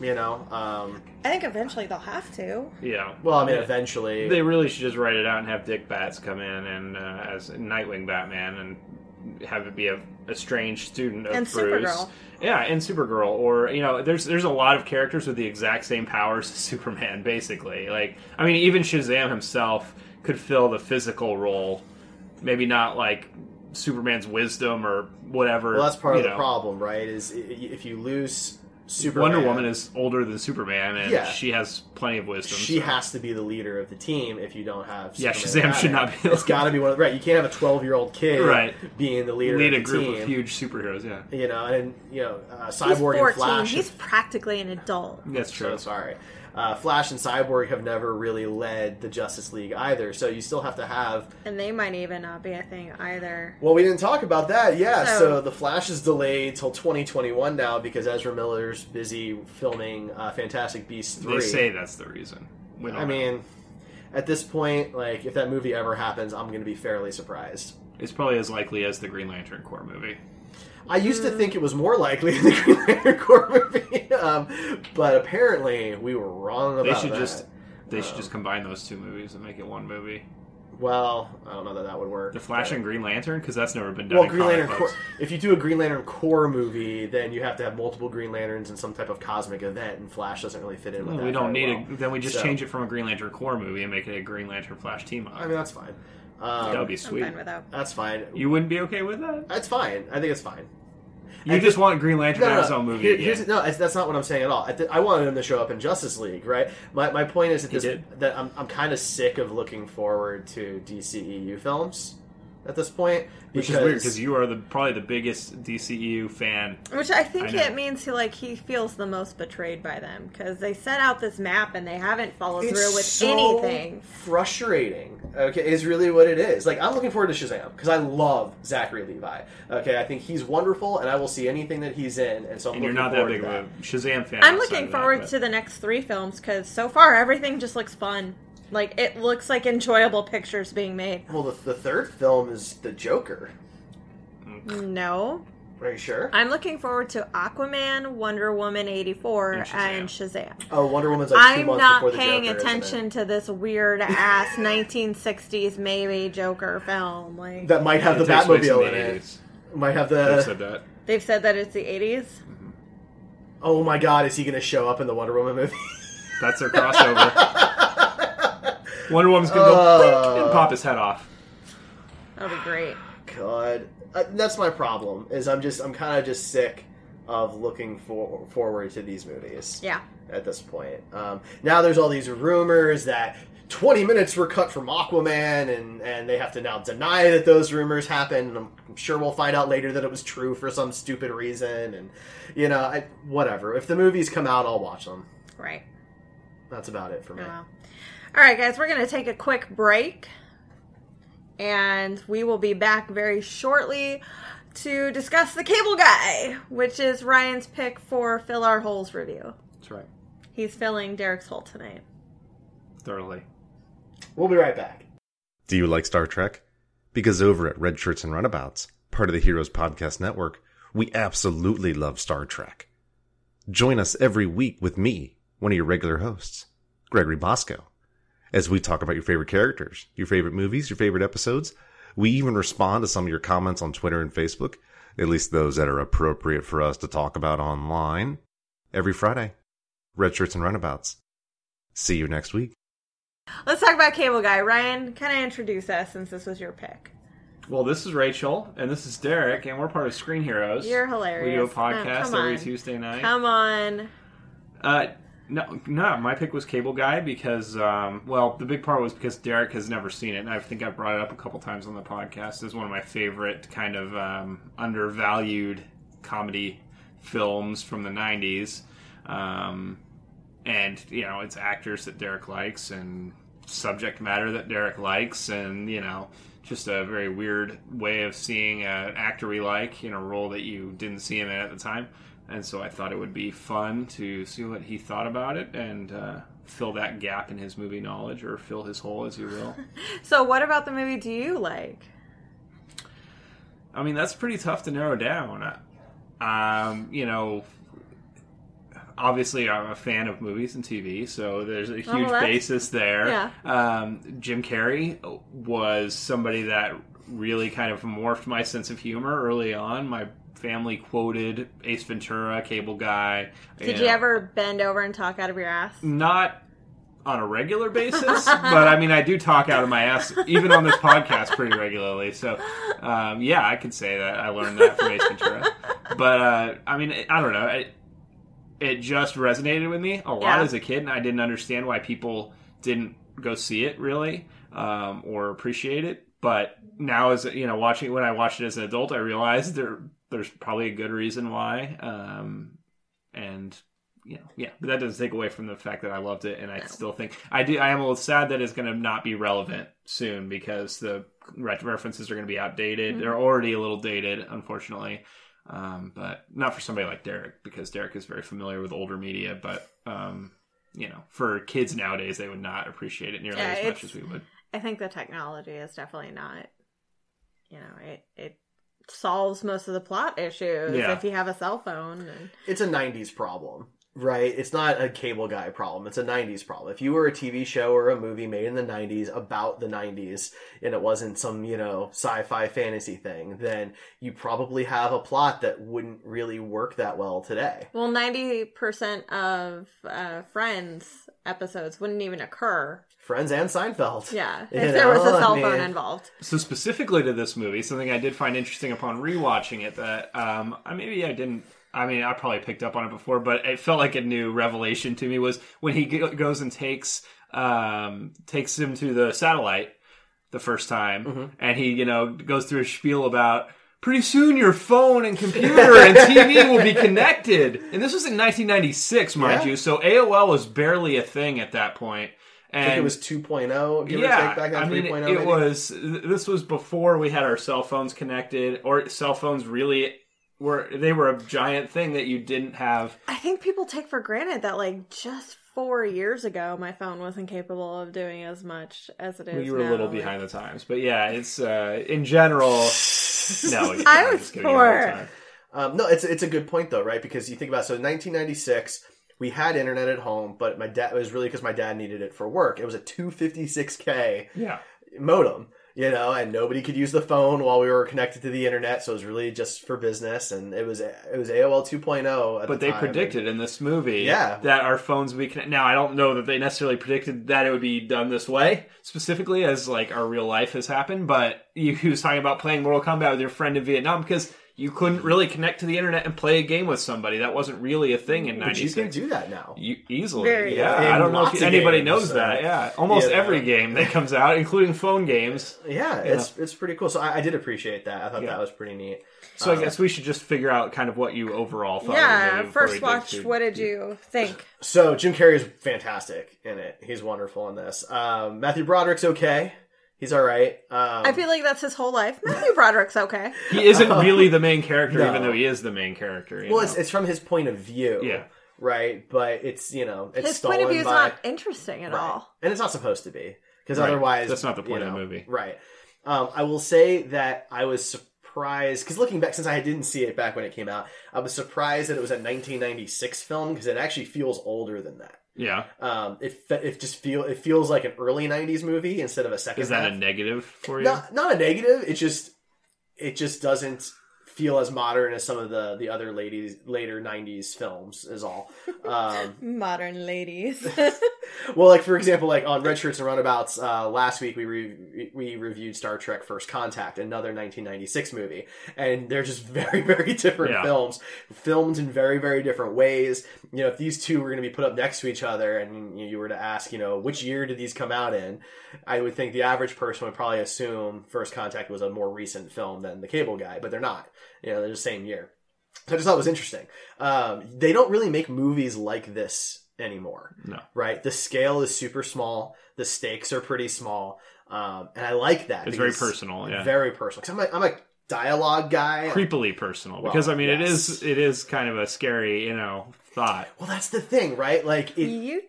You know, um,
I think eventually they'll have to.
yeah.
well, I mean,
Yeah.
eventually
They really should just write it out and have Dick Bats come in and uh, as Nightwing Batman and have it be a estranged student of
And
Bruce.
Supergirl.
Yeah, and Supergirl, or you know, there's there's a lot of characters with the exact same powers as <laughs> Superman, basically. Like, I mean, even Shazam himself could fill the physical role, maybe not like Superman's wisdom or whatever.
Well, that's part
you
of the
know.
problem, right? Is i- i- if you lose Superman.
Wonder Woman is older than Superman, and
Yeah.
she has plenty of wisdom.
She
so-
has to be the leader of the team if you don't have.
Yeah,
Superman
Shazam should
Batman.
not be-
It's got to be one. Of, right, you can't have a twelve-year-old kid
Right.
being the leader.
lead
of the
a group
team,
of huge superheroes. Yeah,
You know, and you know, uh,
He's
Cyborg
14.
and Flash. <laughs>
He's practically an adult.
that's true.
so sorry. Uh, Flash and Cyborg have never really led the Justice League either, so you still have to have.
And they might even not be a thing either.
Well, we didn't talk about that. Yeah, so,
So-
the Flash is delayed till 2021 now because Ezra Miller's busy filming uh, Fantastic Beasts three.
They say that's the reason. We don't
I
know.
mean, at this point, like if that movie ever happens, I'm going to be fairly surprised.
it's probably as likely as the Green Lantern Corps movie.
I used to think it was more likely <laughs> in the Green Lantern Corps movie, <laughs> um, but apparently we were wrong about
They should
that. Oh.
just they should just combine those two movies and make it one movie.
Well, I don't know that that would work.
The Flash and Green Lantern, because that's never been done.
Well,
in
Green
comic
Lantern Corps.
books.
If you do a Green Lantern Corps movie, then you have to have multiple Green Lanterns in some type of cosmic event, and Flash doesn't really fit in with
Well,
that.
we don't
very
need
well.
it. Then we just
So,
change it from a Green Lantern Corps movie and make it a Green Lantern Flash team up.
I mean, that's fine.
that
Um,
would be
I'm
sweet.
fine without.
that's fine.
You wouldn't be okay with that?
That's fine. I think it's fine.
You just want Green Lantern to have his own movie
Here-
again.
here's- no, it's- that's not what I'm saying at all. I, th- I wanted him to show up in Justice League, right? My, my point is that, this,
did.
that I'm, I'm kind of sick of looking forward to DCEU films at this point.
Which is weird because you are the probably the biggest DCEU fan.
Which I
I
think
know.
it means he like he feels the most betrayed by them because they set out this map and they haven't followed through with
so
anything.
Frustrating. Okay, is really what it is. Like I'm looking forward to Shazam because I love Zachary Levi. Okay, I think he's wonderful, and I will see anything that he's in. And so I'm
And you're
looking
not that
forward
big
to
of
that.
a Shazam fan.
I'm
outside
looking
of that,
forward
but-
to the next three films because so far everything just looks fun. Like it looks like enjoyable pictures being made.
Well, the, the third film is the Joker.
No,
Are you sure?
I'm looking forward to Aquaman, Wonder Woman '84,
And Shazam.
and Shazam.
oh, Wonder Woman's like 2
I'm
months
not
before the
paying
Joker, isn't it?
attention to this weird
<laughs>
ass 1960s maybe Joker film. Like
That might have
It
the
takes place in
Batmobile
the
in, it.
80s.
Might have
I've
the.
said that.
they've said that it's the 80s.
Oh my God! Is he going to show up in the Wonder Woman movie? <laughs>
That's their <laughs> crossover. Wonder Woman's gonna go blink and pop his head off.
That'll be great.
God, uh, that's my problem. Is I'm just I'm kind of just sick of looking for forward to these movies.
Yeah.
at this point. Um, now there's all these rumors that 20 minutes were cut from Aquaman, and, and they have to now deny that those rumors happened. And I'm, I'm sure we'll find out later that it was true for some stupid reason. And, you know, I, whatever. If the movies come out, I'll watch them.
Right.
That's about it for me.
Wow. All right, guys, we're going to take a quick break and we will be back very shortly to discuss The Cable Guy, which is Ryan's pick for Fill Our Holes review.
That's right.
He's filling Derek's hole tonight.
Thoroughly.
We'll be right back.
Do you like Star Trek? Because over at Red Shirts and Runabouts, part of the Heroes Podcast Network, we absolutely love Star Trek. Join us every week with me, one of your regular hosts, Gregory Bosco, as we talk about your favorite characters, your favorite movies, your favorite episodes. We even respond to some of your comments on Twitter and Facebook, at least those that are appropriate for us to talk about online, every Friday. Red Shirts and Runabouts. See you next week.
Let's talk about Cable Guy. Ryan, kind of introduce us since this was your pick.
Well, this is Rachel, and this is Derek, and we're part of Screen Heroes.
You're hilarious.
We do a
No,
podcast
come
every
on.
Tuesday night.
Come on.
Uh, no, no, my pick was Cable Guy because, um, well, the big part was because Derek has never seen it, and I think I brought it up a couple times on the podcast. It's one of my favorite kind of um, undervalued comedy films from the '90s, um, and you know, it's actors that Derek likes and subject matter that Derek likes, and you know. Just a very weird way of seeing an actor we like in a role that you didn't see him in at the time and so I thought it would be fun to see what he thought about it and uh, fill that gap in his movie knowledge or fill his hole, as you will.
So, what about the movie do you like?
I mean, that's pretty tough to narrow down. Um, you know, obviously, I'm a fan of movies and TV, so there's a huge
Oh, well, that's-
basis there.
Yeah.
Um, Jim Carrey was somebody that really kind of morphed my sense of humor early on. My family quoted Ace Ventura, Cable Guy.
Did
know.
you ever bend over and talk out of your ass?
not on a regular basis, but I mean, I do talk out of my ass even on this podcast pretty regularly. So, um, yeah, I could say that I learned that from Ace Ventura. But uh, I mean, I don't know. I, it just resonated with me a lot
Yeah.
as a kid, and I didn't understand why people didn't go see it really um, or appreciate it. But now, as you know, watching when I watched it as an adult, I realized there there's probably a good reason why. Um, and you know, yeah, but that doesn't take away from the fact that I loved it, and I still think I do. I am a little sad that it's going to not be relevant soon because the re- references are going to be outdated.
Mm-hmm.
They're already a little dated, unfortunately. Um, but not for somebody like Derek because Derek is very familiar with older media. But um, you know, for kids nowadays, they would not appreciate it nearly
Yeah,
as
it's-
much as we would.
I think the technology is definitely not, you know, it it solves most of the plot issues
Yeah.
if you have a cell phone. And,
it's a 90s problem right it's not a cable guy problem it's a 90s problem if you were a tv show or a movie made in the 90s about the 90s and it wasn't some you know sci-fi fantasy thing then you probably have a plot that wouldn't really work that well today
well, ninety percent of uh, Friends episodes wouldn't even occur.
friends and seinfeld
Yeah,
<laughs> You
if there was
know,
a
I
cell
mean,
phone involved.
So specifically to this movie, something I did find interesting upon rewatching it that um, I maybe I didn't. I mean, I probably picked up on it before, but it felt like a new revelation to me was when he go- goes and takes um, takes him to the satellite the first time,
Mm-hmm.
and he you know goes through a spiel about. Pretty soon, your phone and computer
<laughs>
and TV will be connected. And this was in 1996, mind
Yeah.
you, so AOL was barely a thing at that point.
I
And
think it was 2.0 give or
yeah,
take back
I
then
mean,
3.0
it
oh, maybe.
was. th- This was before we had our cell phones connected, or cell phones really were. They were a giant thing that you didn't have.
I think people take for granted that like just four years ago, my phone wasn't capable of doing as much as it is.
You were a
now.
little
Like,
behind the times, but yeah, it's uh, in general.
<laughs>
No, you-
I
I'm
was
just kidding, you had
poor.
the time.
Um, no, it's it's a good point though, right? Because you think about so 1996, we had internet at home, but my dad it was really because my dad needed it for work. It was a 256k
Yeah,
modem, you know, and nobody could use the phone while we were connected to the internet, so it was really just for business. And it was it was AOL 2.0. At
but
the
they
time.
predicted in this movie
Yeah.
that our phones would be connected. Now, I don't know that they necessarily predicted that it would be done this way, specifically as like our real life has happened, but you, he was talking about playing Mortal Kombat with your friend in Vietnam because you couldn't really connect to the internet and play a game with somebody. That wasn't really a thing in
But you can
96.
do that now.
You, easily,
Very
yeah.
easily.
I don't know
Lots
if
of
anybody
games,
knows
uh,
that. Yeah, almost
yeah.
every game that comes out, including phone games.
Yeah, it's it's pretty cool. So I, I did appreciate that. I thought
Yeah.
that was pretty neat.
So
Uh,
I guess we should just figure out kind of what you overall thought. of the movie
Yeah,
before we
first
dig
watch.
too
What did you think?
So Jim Carrey is fantastic in it. He's wonderful in this. Um, Matthew Broderick's okay. He's all right. Um,
I feel like that's his whole life. Matthew Broderick's okay.
He <laughs> isn't really the main character, even
No.
though he is the main character. you
Well, it's,
know?
it's from his point of view.
Yeah.
Right, but it's you know it's
His
stolen
point of view is
by,
not interesting at
Right.
all.
and it's not supposed to be because
Right.
otherwise
That's not the
you
point of the
know,
movie.
Right. Um, I will say that I was surprised because looking back, since I didn't see it back when it came out, I was surprised that it was a 1996 film because it actually feels older than that.
yeah.
Um, it fe- it just feel it feels like an early 90s movie instead of a second.
Is that a
half.
negative for you?
not not a negative. It just it just doesn't feel as modern as some of the the other ladies later '90s films is all. Um,
Modern ladies.
well, like for example, like on Red Shirts and Runabouts uh, last week, we re- we reviewed Star Trek: First Contact, another 1996 movie, and they're just <laughs> very very different
Yeah.
films, filmed in very very different ways. You know, if these two were going to be put up next to each other, and you, you were to ask, you know, which year did these come out in, I would think the average person would probably assume First Contact was a more recent film than The Cable Guy, but they're not. You know, they're the same year. So I just thought it was interesting. Um, they don't really make movies like this anymore.
No.
Right? The scale is super small. The stakes are pretty small. Um, and I like that.
It's very
because-
personal, yeah.
Very personal. 'Cause I'm a, I'm a dialogue guy.
Creepily personal,
Well,
because I mean, it
yes.
is it is kind of a scary, you know, thought.
well, that's the thing, right? Like,
<laughs>
it,
you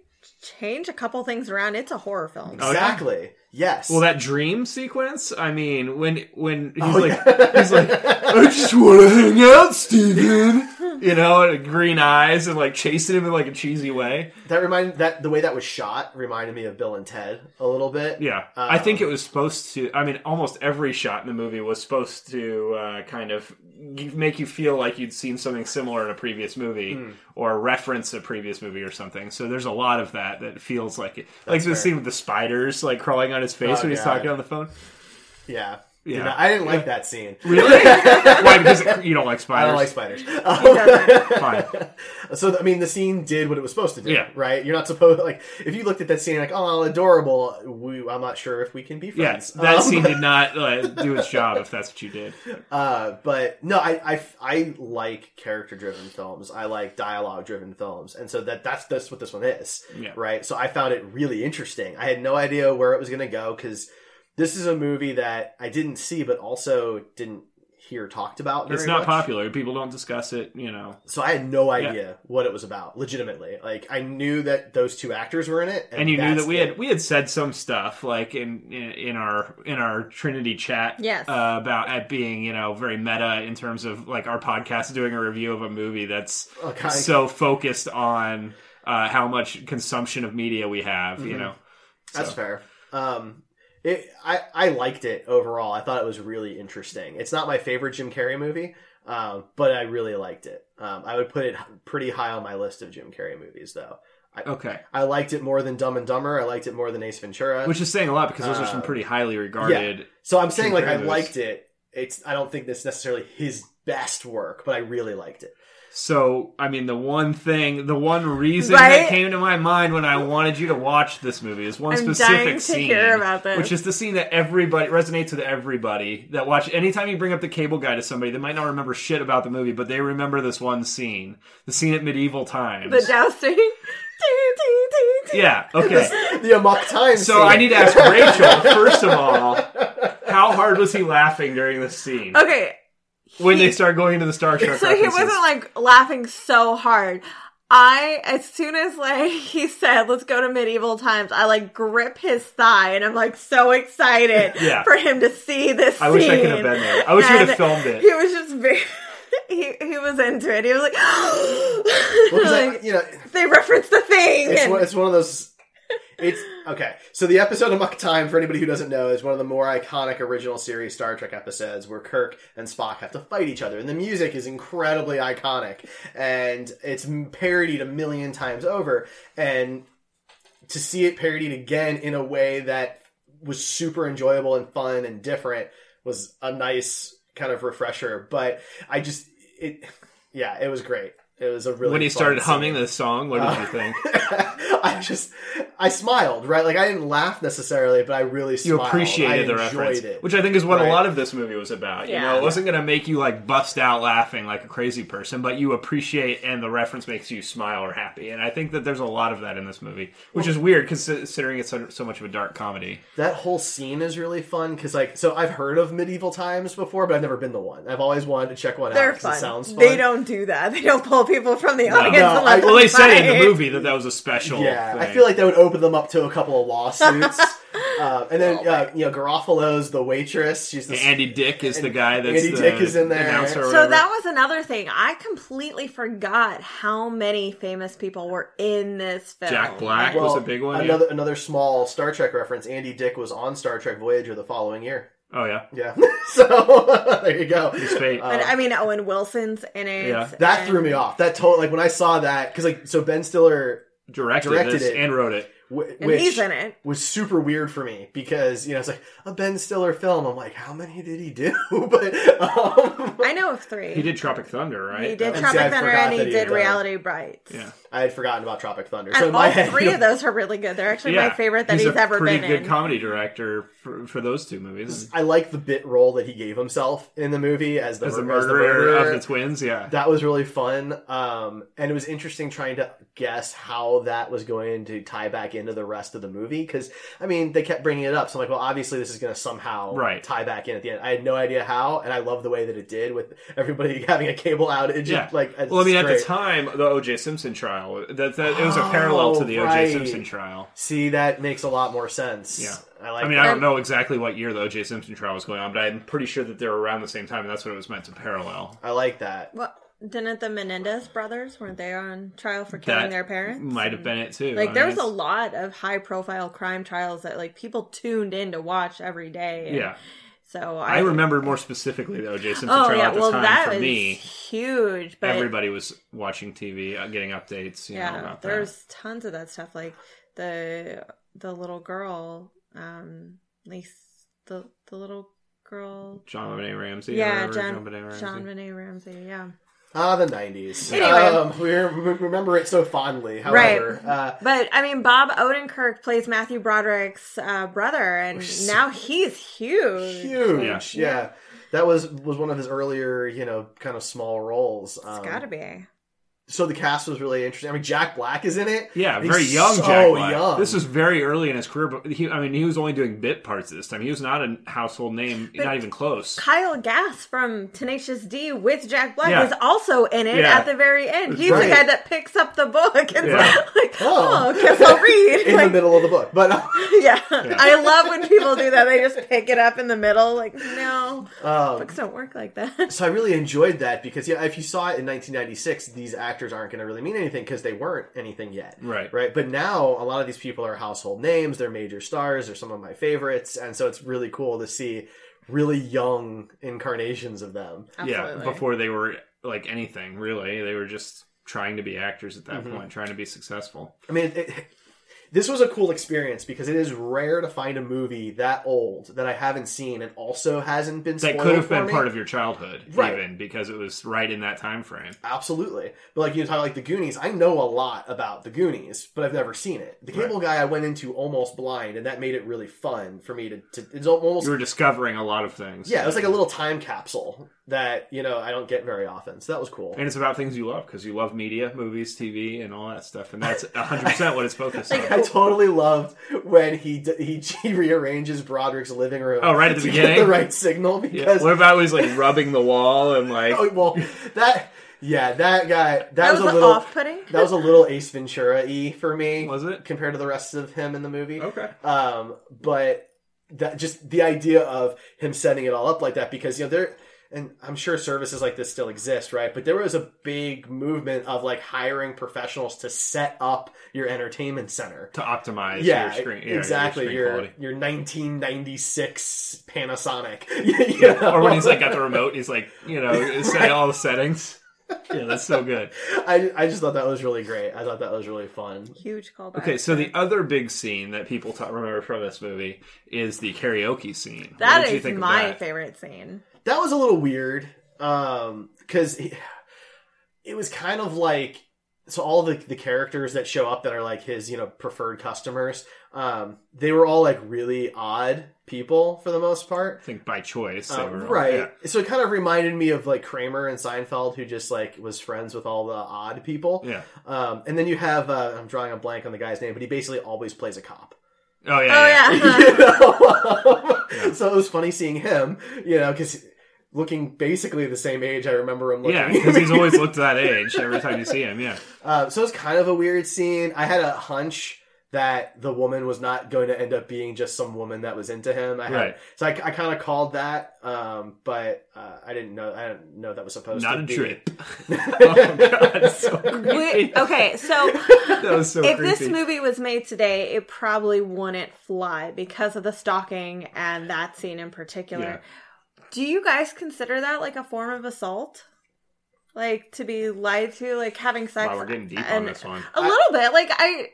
change a couple things around. It's a horror film.
Oh, yeah?
exactly. Yes.
Well, that dream sequence. I mean, when when he's like he's like, I just want to hang out, Steven. You know, and green eyes and like chasing him in like a cheesy way.
that reminded that the way that was shot reminded me of Bill and Ted a little bit.
Yeah, I think it
Um,
was supposed to. I mean, almost every shot in the movie was supposed to uh, kind of g- make you feel like you'd seen something similar in a previous movie
Hmm.
or reference a previous movie or something. So there's a lot of that that feels like it. like the scene with the spiders like crawling on his face
Oh,
when he's
God. <laughs>
talking on the phone.
Yeah. Did
Yeah.
not- I didn't like that scene.
Really? Why? Because it- you don't like spiders.
I don't like spiders.
Fine.
<laughs> So I mean, the scene did what it was supposed to do,
Yeah.
right? You're not supposed like if you looked at that scene like, oh, adorable. We, I'm not sure if we can be
Yeah,
friends.
that
Um,
scene did not uh, do its job. If that's what you did,
<laughs> Uh, but no, I, I, I like character driven films. I like dialogue driven films, and so that that's that's what this one is,
Yeah.
right? So I found it really interesting. I had no idea where it was going to go because this is a movie that I didn't see, but also didn't hear talked about. Very
it's not
much.
popular. People don't discuss it. You know,
so I had no idea what it was about. Legitimately, like I knew that those two actors were in it,
and you knew
that's
that we
it.
had we had said some stuff like in in, in our in our Trinity chat,
Yes.
uh, about it being you know very meta in terms of like our podcast doing a review of a movie that's
Okay.
so focused on uh, how much consumption of media we have.
Mm-hmm.
You know,
That's fair. Um, it, I I liked it overall. I thought it was really interesting. It's not my favorite Jim Carrey movie, um, but I really liked it. Um, I would put it pretty high on my list of Jim Carrey movies, though.
okay,
I liked it more than Dumb and Dumber. I liked it more than Ace Ventura.
which is saying a lot because those are
Uh,
some pretty highly regarded.
so I'm saying
Jim
like
Carrey
I
movies.
liked it. It's I don't think that's necessarily his best work, but I really liked it. <laughs>
So, I mean, the one thing, the one reason
Right?
that came to my mind when I wanted you to watch this movie is one
I'm
specific
dying to
scene,
hear about this.
which is the scene that everybody resonates with everybody that watch. Anytime you bring up the cable guy to somebody, they might not remember shit about the movie, but they remember this one scene, the scene at medieval times.
The <laughs> dousing. Do, do, do, do.
yeah. Okay.
<laughs>
The Amok Time.
So I need to ask Rachel first of all, how hard was he laughing during this scene
Okay,
when they start going into the Star Trek?
so he
references?
wasn't like laughing so hard. I as soon as like <laughs> he said, "Let's go to medieval times," I like grip his thigh, and I'm like so excited
<laughs> Yeah.
for him to see this.
I wish I could
scene.
have been there. I wish you would have
And
filmed it.
He was just very. <laughs> He, he was into it. He was like, <gasps> <laughs> like,
you know
they referenced the thing.
It's
and-
one, it's one of those. It's okay. So the episode of Muck Time, for anybody who doesn't know, is one of the more iconic original series Star Trek episodes where Kirk and Spock have to fight each other, and the music is incredibly iconic, and it's m- parodied a million times over. And to see it parodied again in a way that was super enjoyable and fun and different was a nice kind of refresher. But I just it, yeah, it was great. It was a really
when he
fun
started
scene.
humming this song, what did you think?
<laughs> I just I smiled, right? Like I didn't laugh necessarily, but I really
You
smiled. I
appreciated the
enjoyed
reference,
it.
which I think is what
Right.
a lot of this movie was about. You
Yeah.
know, it wasn't going to make you like bust out laughing like a crazy person, but you appreciate and the reference makes you smile or happy. And I think that there's a lot of that in this movie, which is weird consi- considering it's so, so much of a dark comedy.
that whole scene is really fun because like so I've heard of medieval times before, but I've never been the one. I've always wanted to check one
They're
out because
fun.
it sounds fun.
They don't do that. They don't pull people from the audience.
No,
and
I-
let
well,
them
Well, they say in
fight.
the movie that that was a special.
Yeah, I
thing.
feel like that would open them up to a couple
<laughs>
of lawsuits. uh, and then uh, you know Garofalo's the waitress. She's the
Andy Dick is the guy that's
Andy
the
Dick is in there.
announcer or
So
So
whatever.
that was another thing. I completely forgot how many famous people were in this film.
Jack Black
well,
was a big one. yeah.
Another another small Star Trek reference. Andy Dick was on Star Trek Voyager the following year. <laughs>
Oh yeah,
Yeah, so <laughs> there you go.
fate.
And,
Uh,
I mean, Owen Wilson's in it.
Yeah.
That
and-
threw me off. That total like when I saw that because like so Ben Stiller,
directed,
directed
this
it.
and wrote it.
w-
And
which
he's in it.
was super weird for me because you know it's like a Ben Stiller film. I'm like, how many did he do? <laughs> but um, <laughs>
I know of three.
He did Tropic Thunder, right?
He did
And see, I
Tropic Thunder
forgot
and he
that he had
did
done it.
Reality Bites.
Yeah.
I had forgotten about Tropic Thunder. so
And
in my
all
head,
three
you
of
know,
those are really good. They're actually my favorite that he's,
a
ever
pretty
been
good
in.
comedy director for, for those two movies.
<laughs> I like the bit role that he gave himself in the movie as the,
As the
mur- as the
murderer,
murderer.
of the twins, yeah.
that was really fun um, and it was interesting trying to guess how that was going to tie back into the rest of the movie because i mean they kept bringing it up so i'm like well obviously this is going to somehow
Right.
tie back in at the end i had no idea how and i love the way that it did with everybody <laughs> having a cable outage
yeah.
like it's
well, I mean, at
great.
the time, the O.J. Simpson trial, that, that it was a
Oh,
parallel to the
right.
O.J. Simpson trial.
see that makes a lot more sense
Yeah.
i like
I mean, I don't
And-
know exactly what year the O.J. Simpson trial was going on, but I'm pretty sure that they were around the same time, and that's what it was meant to parallel.
I like that
Well, didn't the Menendez brothers, weren't they on trial for killing
That
their parents?
might have been it too. I
Like, there
mean,
was a
it's-
lot of high profile crime trials that, like, people tuned in to watch every day. And
Yeah,
So
I remember more specifically the O.J. Simpson
Oh
trial
yeah,
at the
well
time
that
for
was
me.
huge. But
Everybody was watching TV, uh, getting updates. You know,
yeah,
about that.
there's tons of that stuff. Like the the little girl, um, like the the little girl.
John Benet Ramsey. or
Yeah,
whatever,
John,
John Benet Ramsey.
John Benet Ramsey. Yeah,
Ah, the nineties.
Anyway.
Um, we rem- remember it so fondly. However, uh,
but I mean, Bob Odenkirk plays Matthew Broderick's uh, brother, and now he's huge.
huge. Yeah.
Yeah.
that was was one of his earlier, you know, kind of small roles. Um,
It's gotta be.
So the cast was really interesting. I mean, Jack Black is in it.
Yeah,
And
very
he's
young
so
Jack Black.
young.
<laughs>
This is very early in his career, but he, I mean, he was only doing bit parts at this time. He was not a household name, not even close.
Kyle Gass from Tenacious D with Jack Black
Yeah.
was also in it
Yeah.
at the very end. He's
Right.
the guy that picks up the book and
Yeah.
<laughs> like,
Oh.
oh, guess I'll read.
<laughs> in
Like,
the middle of the book, but <laughs> um,
Yeah. I love when people do that. They just pick it up in the middle. Like, no,
Um,
books don't work like that.
so I really enjoyed that because yeah, if you saw it in 1996, these actors aren't going to really mean anything because they weren't anything yet.
Right.
Right. But now a lot of these people are household names. They're major stars. They're some of my favorites, and so it's really cool to see really young incarnations of them.
Yeah, before they were like anything really, they were just trying to be actors at
Mm-hmm.
that point, trying to be successful.
I mean, it, this was a cool experience because it is rare to find a movie that old that I haven't seen and also hasn't been
That
spoiled
could have
for
been
me.
part of your childhood,
Right.
even because it was right in that time frame.
Absolutely. But like you talk like the Goonies, I know a lot about the Goonies, but I've never seen it. The Cable Guy I went into almost blind, and that made it really fun for me to. to it's almost
You were discovering a lot of things.
yeah, it was like a little time capsule that you know I don't get very often, so that was cool.
And it's about things you love because you love media, movies, TV, and all that stuff. And that's 100% what it's focused
<laughs>
on.
I totally loved when he d- he, <laughs> he rearranges Broderick's living room.
Oh, right at the
<laughs> to get
beginning?
the right signal
Yeah.
because
What about was like rubbing the wall and like
Oh <laughs> well, that yeah, that guy that, was,
was
a little
off-putting.
That was a little Ace Ventura y for me.
Was it?
compared to the rest of him in the movie?
Okay.
Um, but that just the idea of him setting it all up like that because you know there. And I'm sure services like this still exist, right? But there was a big movement of like hiring professionals to set up your entertainment center.
to optimize your screen. yeah,
exactly.
Your screen
Your your
<laughs> quality.
1996 Panasonic, <laughs> You know?
Or when he's like got the remote, he's like, you <laughs> know, set all the settings. Yeah, that's so <laughs> good.
I, I just thought that was really great. I thought that was really fun.
Huge callback.
Okay, so the other big scene that people ta- remember from this movie is the karaoke scene. What
that
did you
is
think of
my
that?
favorite scene.
That was a little weird um cuz it, it was kind of like so all the the characters that show up that are like his, you know, preferred customers, um they were all like really odd people for the most part.
I think by choice. they
Um,
were all-
right.
yeah.
So it kind of reminded me of like Kramer and Seinfeld who just like was friends with all the odd people.
Yeah.
Um and then you have uh, I'm drawing a blank on the guy's name, but he basically always plays a cop.
Oh yeah.
Oh,
yeah.
yeah.
<laughs> You know? so it was funny seeing him, you know, because looking basically the same age I remember him looking.
Yeah, because he's always looked that age every time you see him. Yeah.
<laughs> Uh, so it's kind of a weird scene. I had a hunch that the woman was not going to end up being just some woman that was into him. I had,
Right.
So I, I kind of called that, um, but uh, I didn't know. I didn't know that was supposed
Not
to
a
be.
<laughs> trip. oh god, so <laughs>
<laughs>
creepy.
We- okay, so
That was so
if
creepy.
this movie was made today, it probably wouldn't fly because of the stalking and that scene in particular. Do you guys consider that like a form of assault? Like to be lied to, like having sex.
Wow, we're getting deep on
and-
this one.
A little bit. Like I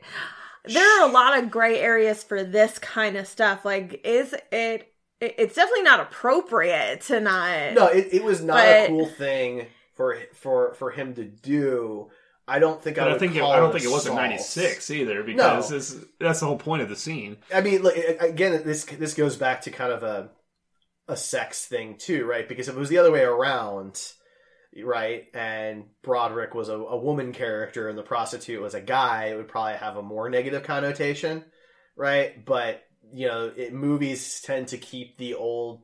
there are a lot of gray areas for this kind of stuff. Like is it it- it's definitely not appropriate to not
No, it, it was not a
But-
cool thing for for for him to do. I don't think I
But I
would
think it,
call
I don't think it was in
assault.
'96 either because this, that's the whole point of the scene.
I mean, look, a- again, this this goes back to kind of a a sex thing too, right? Because if it was the other way around, right, and Broderick was a, a woman character and the prostitute was a guy, it would probably have a more negative connotation, right? But you know, it, movies tend to keep the old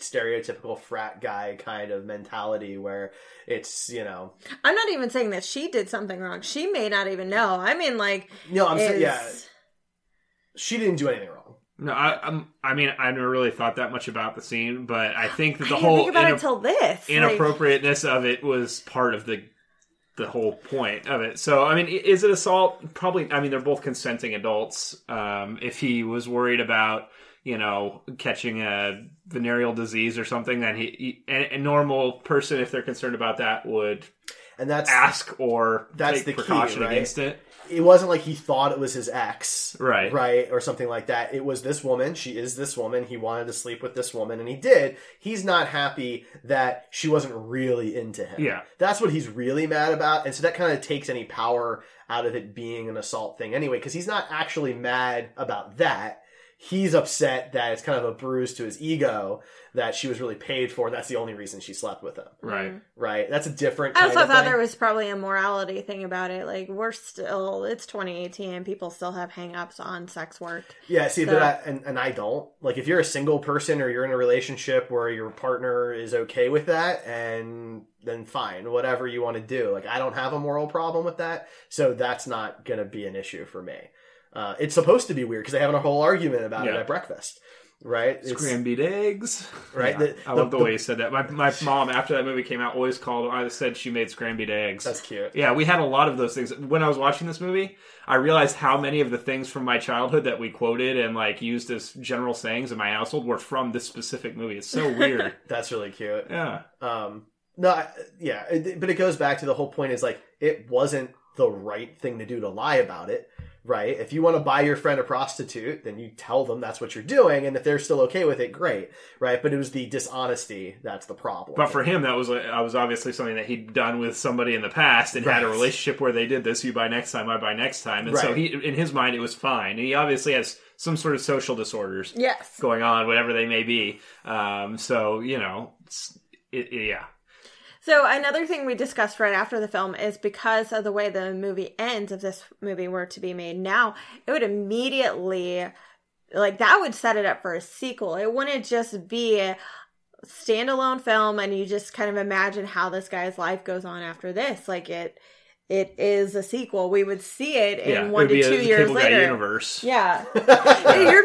stereotypical frat guy kind of mentality where it's you know
I'm not even saying that she did something wrong. She may not even know. I mean like
no i'm saying
is-
yeah she didn't do anything wrong
No, I I'm, I mean I never really thought that much about the scene, but I think that the
I didn't
whole
think about it
inap-
until this. Like,
inappropriateness of it was part of the the whole point of it. So I mean, i- is it assault? Probably. I mean, they're both consenting adults. Um, if he was worried about you know catching a venereal disease or something, then he, he a, a normal person, if they're concerned about that, would
and that's
ask or
That's
take
the key,
precaution
right?
against it.
it wasn't like he thought it was his ex
Right.
right or something like that it was this woman she is this woman he wanted to sleep with this woman and he did he's not happy that she wasn't really into him
Yeah.
that's what he's really mad about and so that kind of takes any power out of it being an assault thing anyway because he's not actually mad about that he's upset that it's kind of a bruise to his ego that she was really paid for and that's the only reason she slept with him
Right.
right that's a different
I
kind
also
of
thought
thing.
there was probably a morality thing about it. Like we're still it's 2018 and people still have hangups on sex work.
Yeah, see,
So-
but I, and, and I don't. Like, if you're a single person or you're in a relationship where your partner is okay with that, and then fine, whatever you want to do. Like, I don't have a moral problem with that, so that's not going to be an issue for me. Uh, it's supposed to be weird because they have a whole argument about it
Yeah.
at breakfast, right? It's-
Scrambled eggs.
<laughs> Right,
Yeah.
the-
I
the-
love the, way you said that. My, my mom, after that movie came out, always called. I said she made scrambled eggs.
That's cute.
Yeah, we had a lot of those things. When I was watching this movie, I realized how many of the things from my childhood that we quoted and like used as general sayings in my household were from this specific movie. It's so
<laughs>
weird.
That's really cute.
yeah.
Um, no, I, yeah, it, but it goes back to the whole point is like it wasn't the right thing to do to lie about it, right? If you want to buy your friend a prostitute, then you tell them that's what you're doing, and if they're still okay with it, great, right? But it was the dishonesty that's the problem.
But for him, that was like, I was obviously something that he'd done with somebody in the past and had a
Right.
relationship where they did this. You buy next time, I buy next time, and so
Right.
he, in his mind, it was fine. And he obviously has some sort of social disorders
Yes.
going on, whatever they may be. Um, so you know, it's, it, yeah,
So another thing we discussed right after the film is because of the way the movie ends, if this movie were to be made now, it would immediately like that would set it up for a sequel. It wouldn't just be a standalone film and you just kind of imagine how this guy's life goes on after this. Like it it is a sequel. We would see it in
yeah. It
one
would be
to
a
two years
Cable Guy
later.
universe. <laughs>
Yeah. you're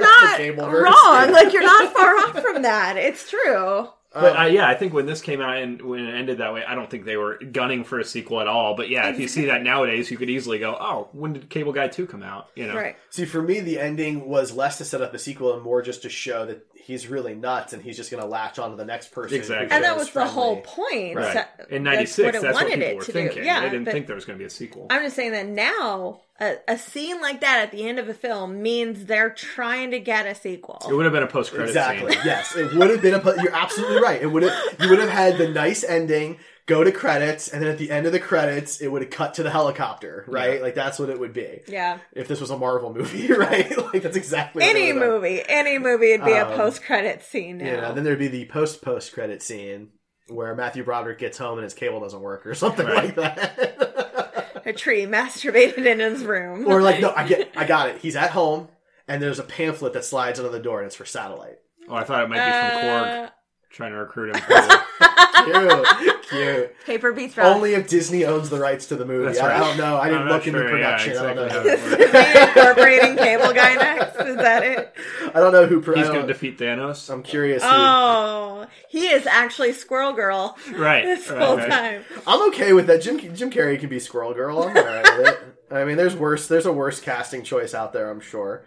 not
Cableverse.
wrong. Like you're not far off from that. It's true.
But I, yeah, I think when this came out and when it ended that way, I don't think they were gunning for a sequel at all. But yeah, if you see that nowadays, you could easily go, "Oh, when did Cable Guy Two come out?" You know,
Right.
See, for me, the ending was less to set up a sequel and more just to show that he's really nuts and he's just going to latch on to the next person. who
Exactly.
and that
shows
was
friendly.
the whole point.
Right.
So-
In '96, that's, what, people
it
were
to do.
thinking.
Yeah,
they didn't
but
think there was going to be a sequel.
I'm just saying that now a, a scene like that at the end of a film means they're trying to get a
it
sequel.
would have been a post-credit
Exactly.
scene.
yes, it would have been a. pu- You're absolutely right. It would have. You would have had the nice ending, go to credits, and then at the end of the credits, it would have cut to the helicopter. Right. Like that's what it would be.
Yeah.
If this was a Marvel movie, <laughs> right? Like that's exactly what it
Any
would have been.
movie, any movie would be
Um,
a post-credit scene now.
Yeah. Then there'd be the post post credit scene where Matthew Broderick gets home and his cable doesn't work or something like that.
a tree masturbated in his room.
or like, no, I get, I got it. He's at home. And there's a pamphlet that slides under the door, and it's
<laughs>
for satellite.
Oh, I thought it might be from Korg
Uh,
trying to
<laughs>
recruit him. For,
Cute, cute.
paper beats rock.
Only if Disney owns the rights to the movie.
That's
I, I
right.
don't know. I
I'm
didn't
not
look into
sure, yeah,
production. <laughs> I don't
exactly
know.
how it works.
incorporating cable guy next. Is that
<laughs>
it?
I don't know who. Pro-
He's
I
going
don't-
to defeat Thanos.
I'm curious.
Oh, he is actually Squirrel Girl <laughs>
right.
this
right,
whole
right.
time.
Who. I'm okay with that. Jim Jim Carrey can be Squirrel Girl. I'm alright with it. I mean, there's worse. There's a worse casting choice out there. I'm sure.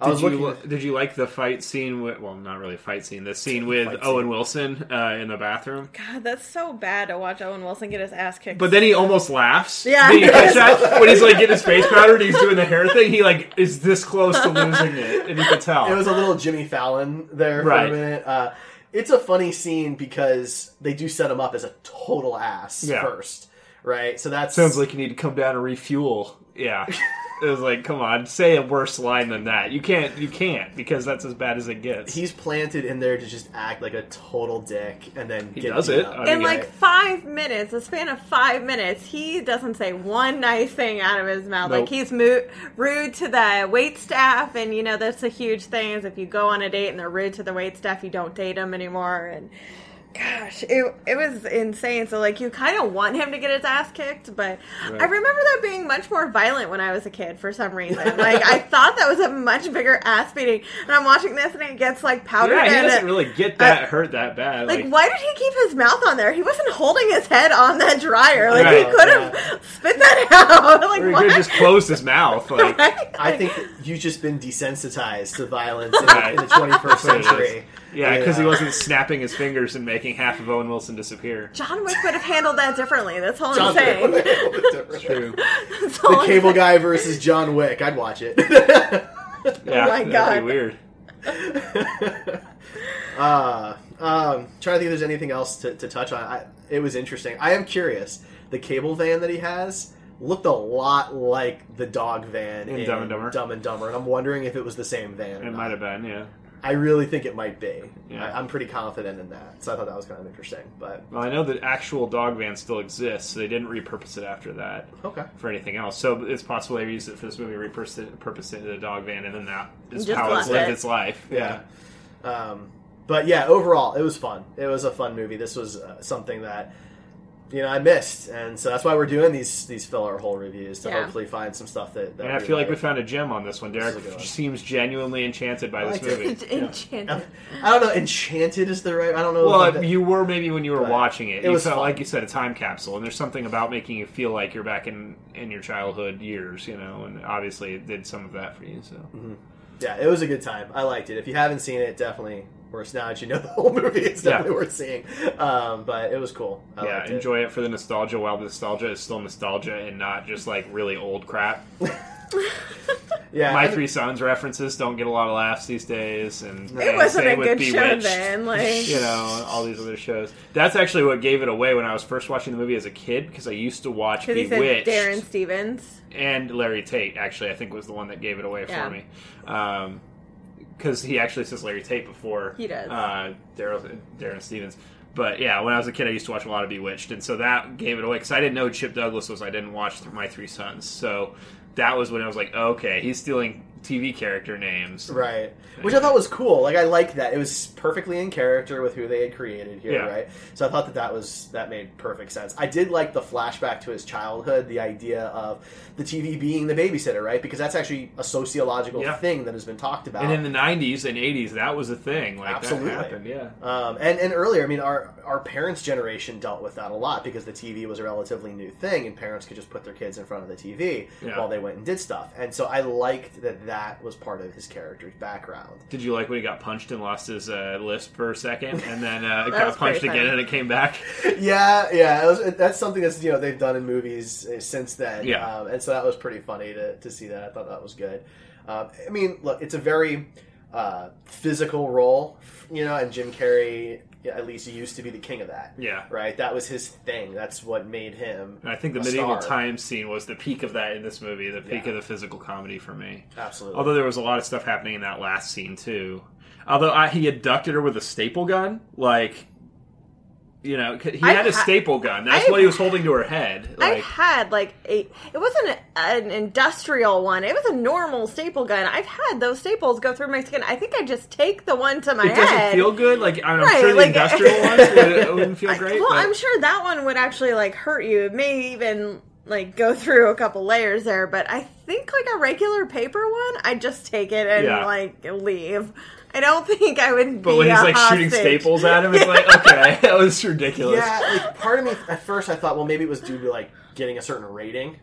I
Did
was
you
looking.
li- did you like the fight scene with well not really fight scene the scene with Owen Wilson uh, in the bathroom?
God, that's so bad to watch Owen Wilson get his ass kicked.
But then he almost laughs.
Yeah.
Did you
<laughs>
catch that? when he's like getting his face powdered, he's doing the hair thing. He like is this close to losing it, and you can tell.
it was a little Jimmy Fallon there for
Right.
a minute. Uh, it's a funny scene because they do set him up as a total ass
Yeah.
first, right? So that's
Sounds like you need to come down and refuel.
<laughs>
Yeah. It was like, come on, say a worse line than that. You can't, you can't, because that's as bad as it gets.
he's planted in there to just act like a total dick, and then he
does it. I
in
mean,
like five minutes, a span of five minutes, he doesn't say one nice thing out of his mouth. Like
Nope.
he's mo- rude to the wait staff, and you know that's a huge thing. Is if you go on a date and they're rude to the wait staff, you don't date them anymore. And gosh, it it was insane. So like you kind of want him to get his ass kicked, but I remember that being much more violent when I was a kid for some reason. like I thought that was a much bigger ass beating, and I'm watching this and it gets like powdered.
yeah, he
and
doesn't
it-
really get that hurt that bad.
like, why did he keep his mouth on there? He wasn't holding his head on that dryer. Like,
Right.
he could have spit that <laughs> out. like,
he
what?
could just close his mouth. Like,
Right?
<laughs>
I think you've just been desensitized to violence in, the- in the 21st
That's what it is.
century.
Yeah, because he wasn't snapping his fingers and making half of Owen Wilson disappear.
<laughs> John Wick would have handled that differently. That's all I'm saying.
True.
That's all
the
I'm
Cable
saying.
Guy versus John Wick. I'd watch it. <laughs>
Yeah,
Oh my
that'd
God.
be weird.
um, trying to think if there's anything else to, to touch on. I, it was interesting. I am curious. The cable van that he has looked a lot like the dog van
In Dumb and Dumber.
Dumb and Dumber, and I'm wondering if it was the same van. or
It
not.
might have been. Yeah.
I really think it might be.
Yeah.
I, I'm pretty confident in that. So I thought that was kind of interesting. But
Well, I know the actual dog van still exists. So they didn't repurpose it after that
Oh.
okay,
for anything else. So it's possible they used it for this movie, repurposed it, repurposed it into the dog van, and then that is
Just
how it's
left
lived
it.
its life.
yeah. Um, but yeah, overall, it was fun. It was a fun movie. This was uh, something that you know I missed, and so that's why we're doing these these filler hole reviews to
Yeah.
hopefully find some stuff that. that
And I
we
feel like we
like.
found a gem on this one. Derek
is a good one.
seems genuinely enchanted by this
liked it.
<laughs>
movie.
Enchanted.
<laughs> I don't know. Enchanted is the right. I don't know.
<laughs> Well,
if that-
you were maybe when you were
But
watching it.
it
you
was
felt
fun.
like you said a time capsule, and there's something about making you feel like you're back in in your childhood years, you know. And obviously, it did some of that for you. So
Mm-hmm. yeah, it was a good time. I liked it. If you haven't seen it, definitely worth now that you know <laughs> the whole movie. It's
Yeah.
definitely worth seeing. Um, but it was cool. I
yeah,
liked it.
enjoy it. for the nostalgia while the nostalgia is still nostalgia and not just like really old crap.
Yeah,
My
I-
Three Sons references don't get a lot of laughs these days, and
It
and
wasn't a
same with
good show
Bewitched. <laughs>
then. Like,
you know, and all these other shows. That's actually what gave it away when I was first watching the movie as a kid because I used to watch
because he
Bewitched
said Darren Stevens.
and Larry Tate. Actually, I think was the one that gave it away
Yeah.
for me. Um, because he actually says Larry Tate before
He does.
uh, Daryl Darren Stevens. But yeah, when I was a kid, I used to watch a lot of Bewitched, and so that gave it away because I didn't know who Chip Douglas was. I didn't watch th- My Three Sons, so that was when I was like, okay, he's stealing TV character names.
Right. Which I thought was cool. Like I liked that. It was perfectly in character with who they had created here,
Yeah.
right? So I thought that that was that made perfect sense. I did like the flashback to his childhood, the idea of the TV being the babysitter, right? Because that's actually a sociological
Yeah.
thing that has been talked about.
And in the '90s and '80s, that was a thing. Like
Absolutely.
that happened. Yeah.
Um, and, and earlier, I mean, our, our parents' generation dealt with that a lot because the TV was a relatively new thing, and parents could just put their kids in front of the TV
Yeah.
while they went and did stuff. And so I liked that that was part of his character's background.
Did you like when he got punched and lost his uh, lisp for a second, and then uh,
was
got
pretty
punched again
funny.
and it came back?
Yeah, yeah, it was, that's something that's you know they've done in movies uh, since then.
Yeah.
um, and so that was pretty funny to, to see that. I thought that was good. Um, I mean, look, it's a very uh, physical role, you know, and Jim Carrey at least used to be the king of that.
Yeah.
right. That was his thing. That's what made him.
And I think the
a
medieval
star.
times scene was the peak of that in this movie, the peak of the physical comedy for me.
Absolutely.
Although there was a lot of stuff happening in that last scene too. Although I, he abducted her with a staple gun, like you know, c- he
I've
had a
ha-
staple gun. That's
I've-
what he was holding to her head.
I
Like,
had like a. It wasn't a- an industrial one. It was a normal staple gun. I've had those staples go through my skin. I think I just take the one to my
it doesn't
head.
feel good. Like I'm
Right,
sure the
like- <laughs>
industrial ones would, wouldn't feel great.
well,
but-
I'm sure that one would actually like hurt you. It may even like go <laughs> through a couple layers there. But I think like a regular paper one, I just take it and
Yeah.
like leave. I don't <laughs> think I would.
But
be
when he's
a
like shooting
hostage.
staples at him, it's
<laughs>
like okay, <laughs> that was ridiculous.
yeah, like part of me at first I thought, well, maybe it was due to like getting a certain rating,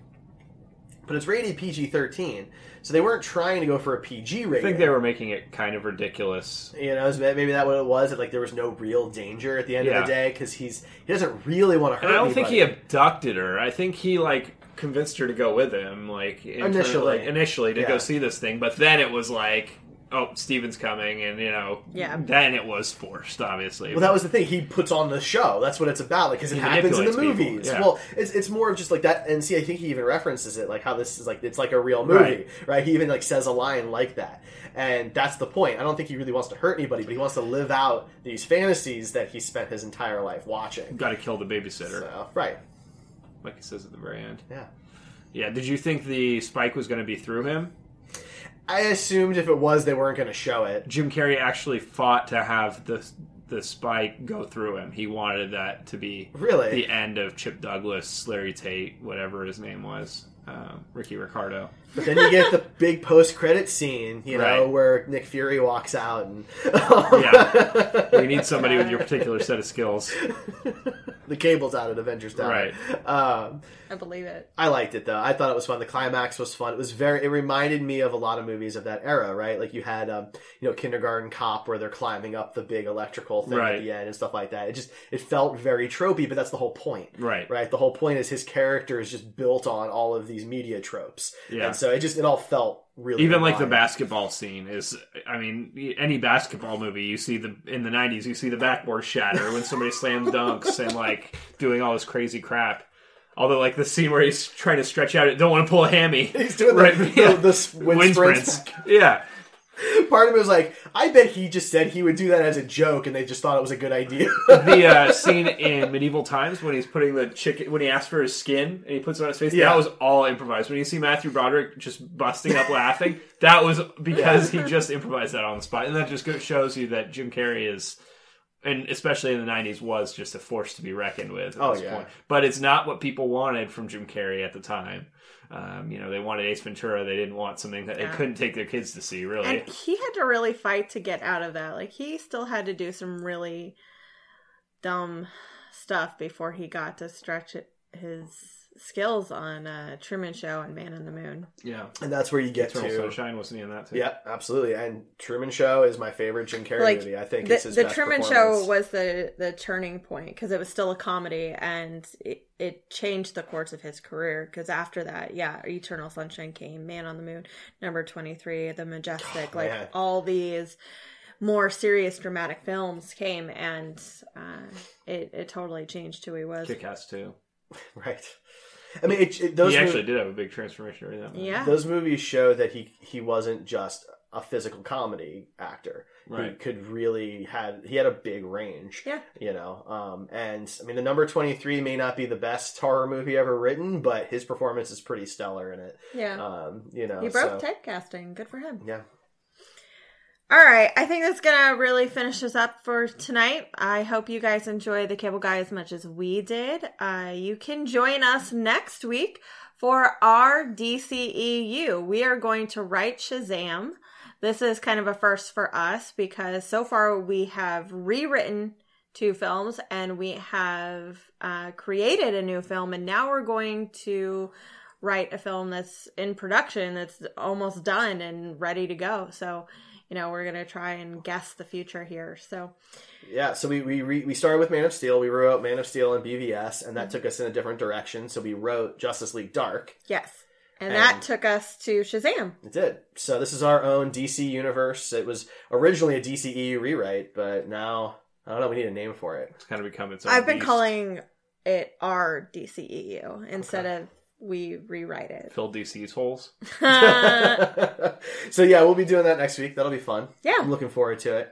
but it's rated PG thirteen, so they weren't trying to go for a PG
I
rating.
think they were making it kind of ridiculous.
You know, is that- maybe that what it was. That like there was no real danger at the end of the
Yeah.
day because he's he doesn't really want to hurt.
And I don't think he
anybody.
abducted her. I think he like convinced her to go with him, like in turn-
Initially.
like, initially to
Yeah.
go see this thing. But then it was like, oh, Steven's coming, and you know,
Yeah.
Then it was forced, obviously.
Well, that was the thing. He puts on the show. That's what it's about. Like, because it
He
happens in the
manipulates people,
movies.
yeah.
Well, it's it's more of just like that. And see, I think he even references it, like how this is like it's like a real movie, right?
Right.
He even like says a line like that, and that's the point. I don't think he really wants to hurt anybody, but he wants to live out these fantasies that he spent his entire life watching.
got to kill the babysitter,
So, right?
like he says at the very end.
Yeah.
Yeah. Did you think the spike was going to be through him?
I assumed if it was, they weren't going to show it.
Jim Carrey actually fought to have the the spike go through him. He wanted that to be
Really?
the end of Chip Douglas, Larry Tate, whatever his name was, um, Ricky Ricardo.
But then you get the big post credit scene, you know,
Right.
where Nick Fury walks out and
<laughs> Yeah. we need somebody with your particular set of skills.
the cable's out at Avengers Tower.
Right.
Um,
I believe it.
I liked it though. I thought it was fun. The climax was fun. It was very. It reminded me of a lot of movies of that era, right? Like you had, um, you know, Kindergarten Cop, where they're climbing up the big electrical thing
Right.
at the end and stuff like that. It just it felt very tropey, but that's the whole point,
Right.
Right. The whole point is his character is just built on all of these media tropes,
Yeah.
And so it just it all felt really
Even like the
aligned.
basketball scene is, I mean, any basketball movie you see the in the '90s, you see the backboard shatter when somebody slam dunks and like doing all this crazy crap. Although, like the scene where he's trying to stretch out, it don't want to pull a hammy.
He's doing the- the- the s- wind sprints.
Yeah,
Part of me was like, I bet he just said he would do that as a joke, and they just thought it was a good
<laughs>
idea.
the uh, scene in medieval times when he's putting the chicken when he asks for his skin and he puts it on his face
Yeah.
that was all improvised when you see matthew broderick just busting up laughing that was because he just improvised that on the spot and that just go- shows you that jim carrey is and especially in the 90s was just a force to be reckoned with at
Oh,
this
yeah.
point but it's not what people wanted from jim carrey at the time um, you know they wanted ace ventura they didn't want something that they couldn't take their kids to see really
And he had to really fight to get out of that. Like he still had to do some really dumb stuff before he got to stretch it- his skills on uh, Truman Show and Man in the Moon.
yeah
and that's where you get
Eternal
to.
Sunshine wasn't he in that too?
Yeah, absolutely. And Truman Show is my favorite Jim Carrey
Like
movie. I think
the,
it's his
the
best
Truman Show
performance.
was the the turning point because it was still a comedy and it, it changed the course of his career. Because after that, yeah, Eternal Sunshine came, Man on the Moon, Number Twenty Three, The Majestic, like
Oh, man.
all these more serious dramatic films came, and uh, it it totally changed who he was.
Kick-Ass too.
<laughs> right. I mean, it, it- those
he
mov-
actually did have a big transformation during that. movie.
Yeah,
those movies show that he he wasn't just a physical comedy actor. He
Right.
could really had he had a big range.
Yeah.
You know, um, and I mean, the number twenty three may not be the best horror movie ever written, but his performance is pretty stellar in it.
yeah.
Um, you know,
he broke
so-
typecasting. Good for him.
Yeah.
All right, I think that's gonna really finish us up for tonight. I hope you guys enjoy the Cable Guy as much as we did. Uh, you can join us next week for our DCEU. We are going to write Shazam. This is kind of a first for us because so far we have rewritten two films and we have uh, created a new film, and now we're going to write a film that's in production that's almost done and ready to go. So, you know, we're going to try and guess the future here. So,
Yeah, so we we re, we started with Man of Steel. We wrote Man of Steel and BVS, and that
Mm-hmm.
took us in a different direction. So we wrote Justice League Dark.
yes. And,
And-
that took us to Shazam.
It did. So this is our own DC universe. It was originally a DCEU rewrite, but now I don't know. We need a name for it.
It's kind of become its own.
I've been
beast.
calling it our DCEU E instead of we rewrite
<laughs>
it. <laughs>
fill DC's holes.
<laughs> so yeah, we'll be doing that next week. That'll be fun.
Uh, Yeah.
I'm looking forward to it.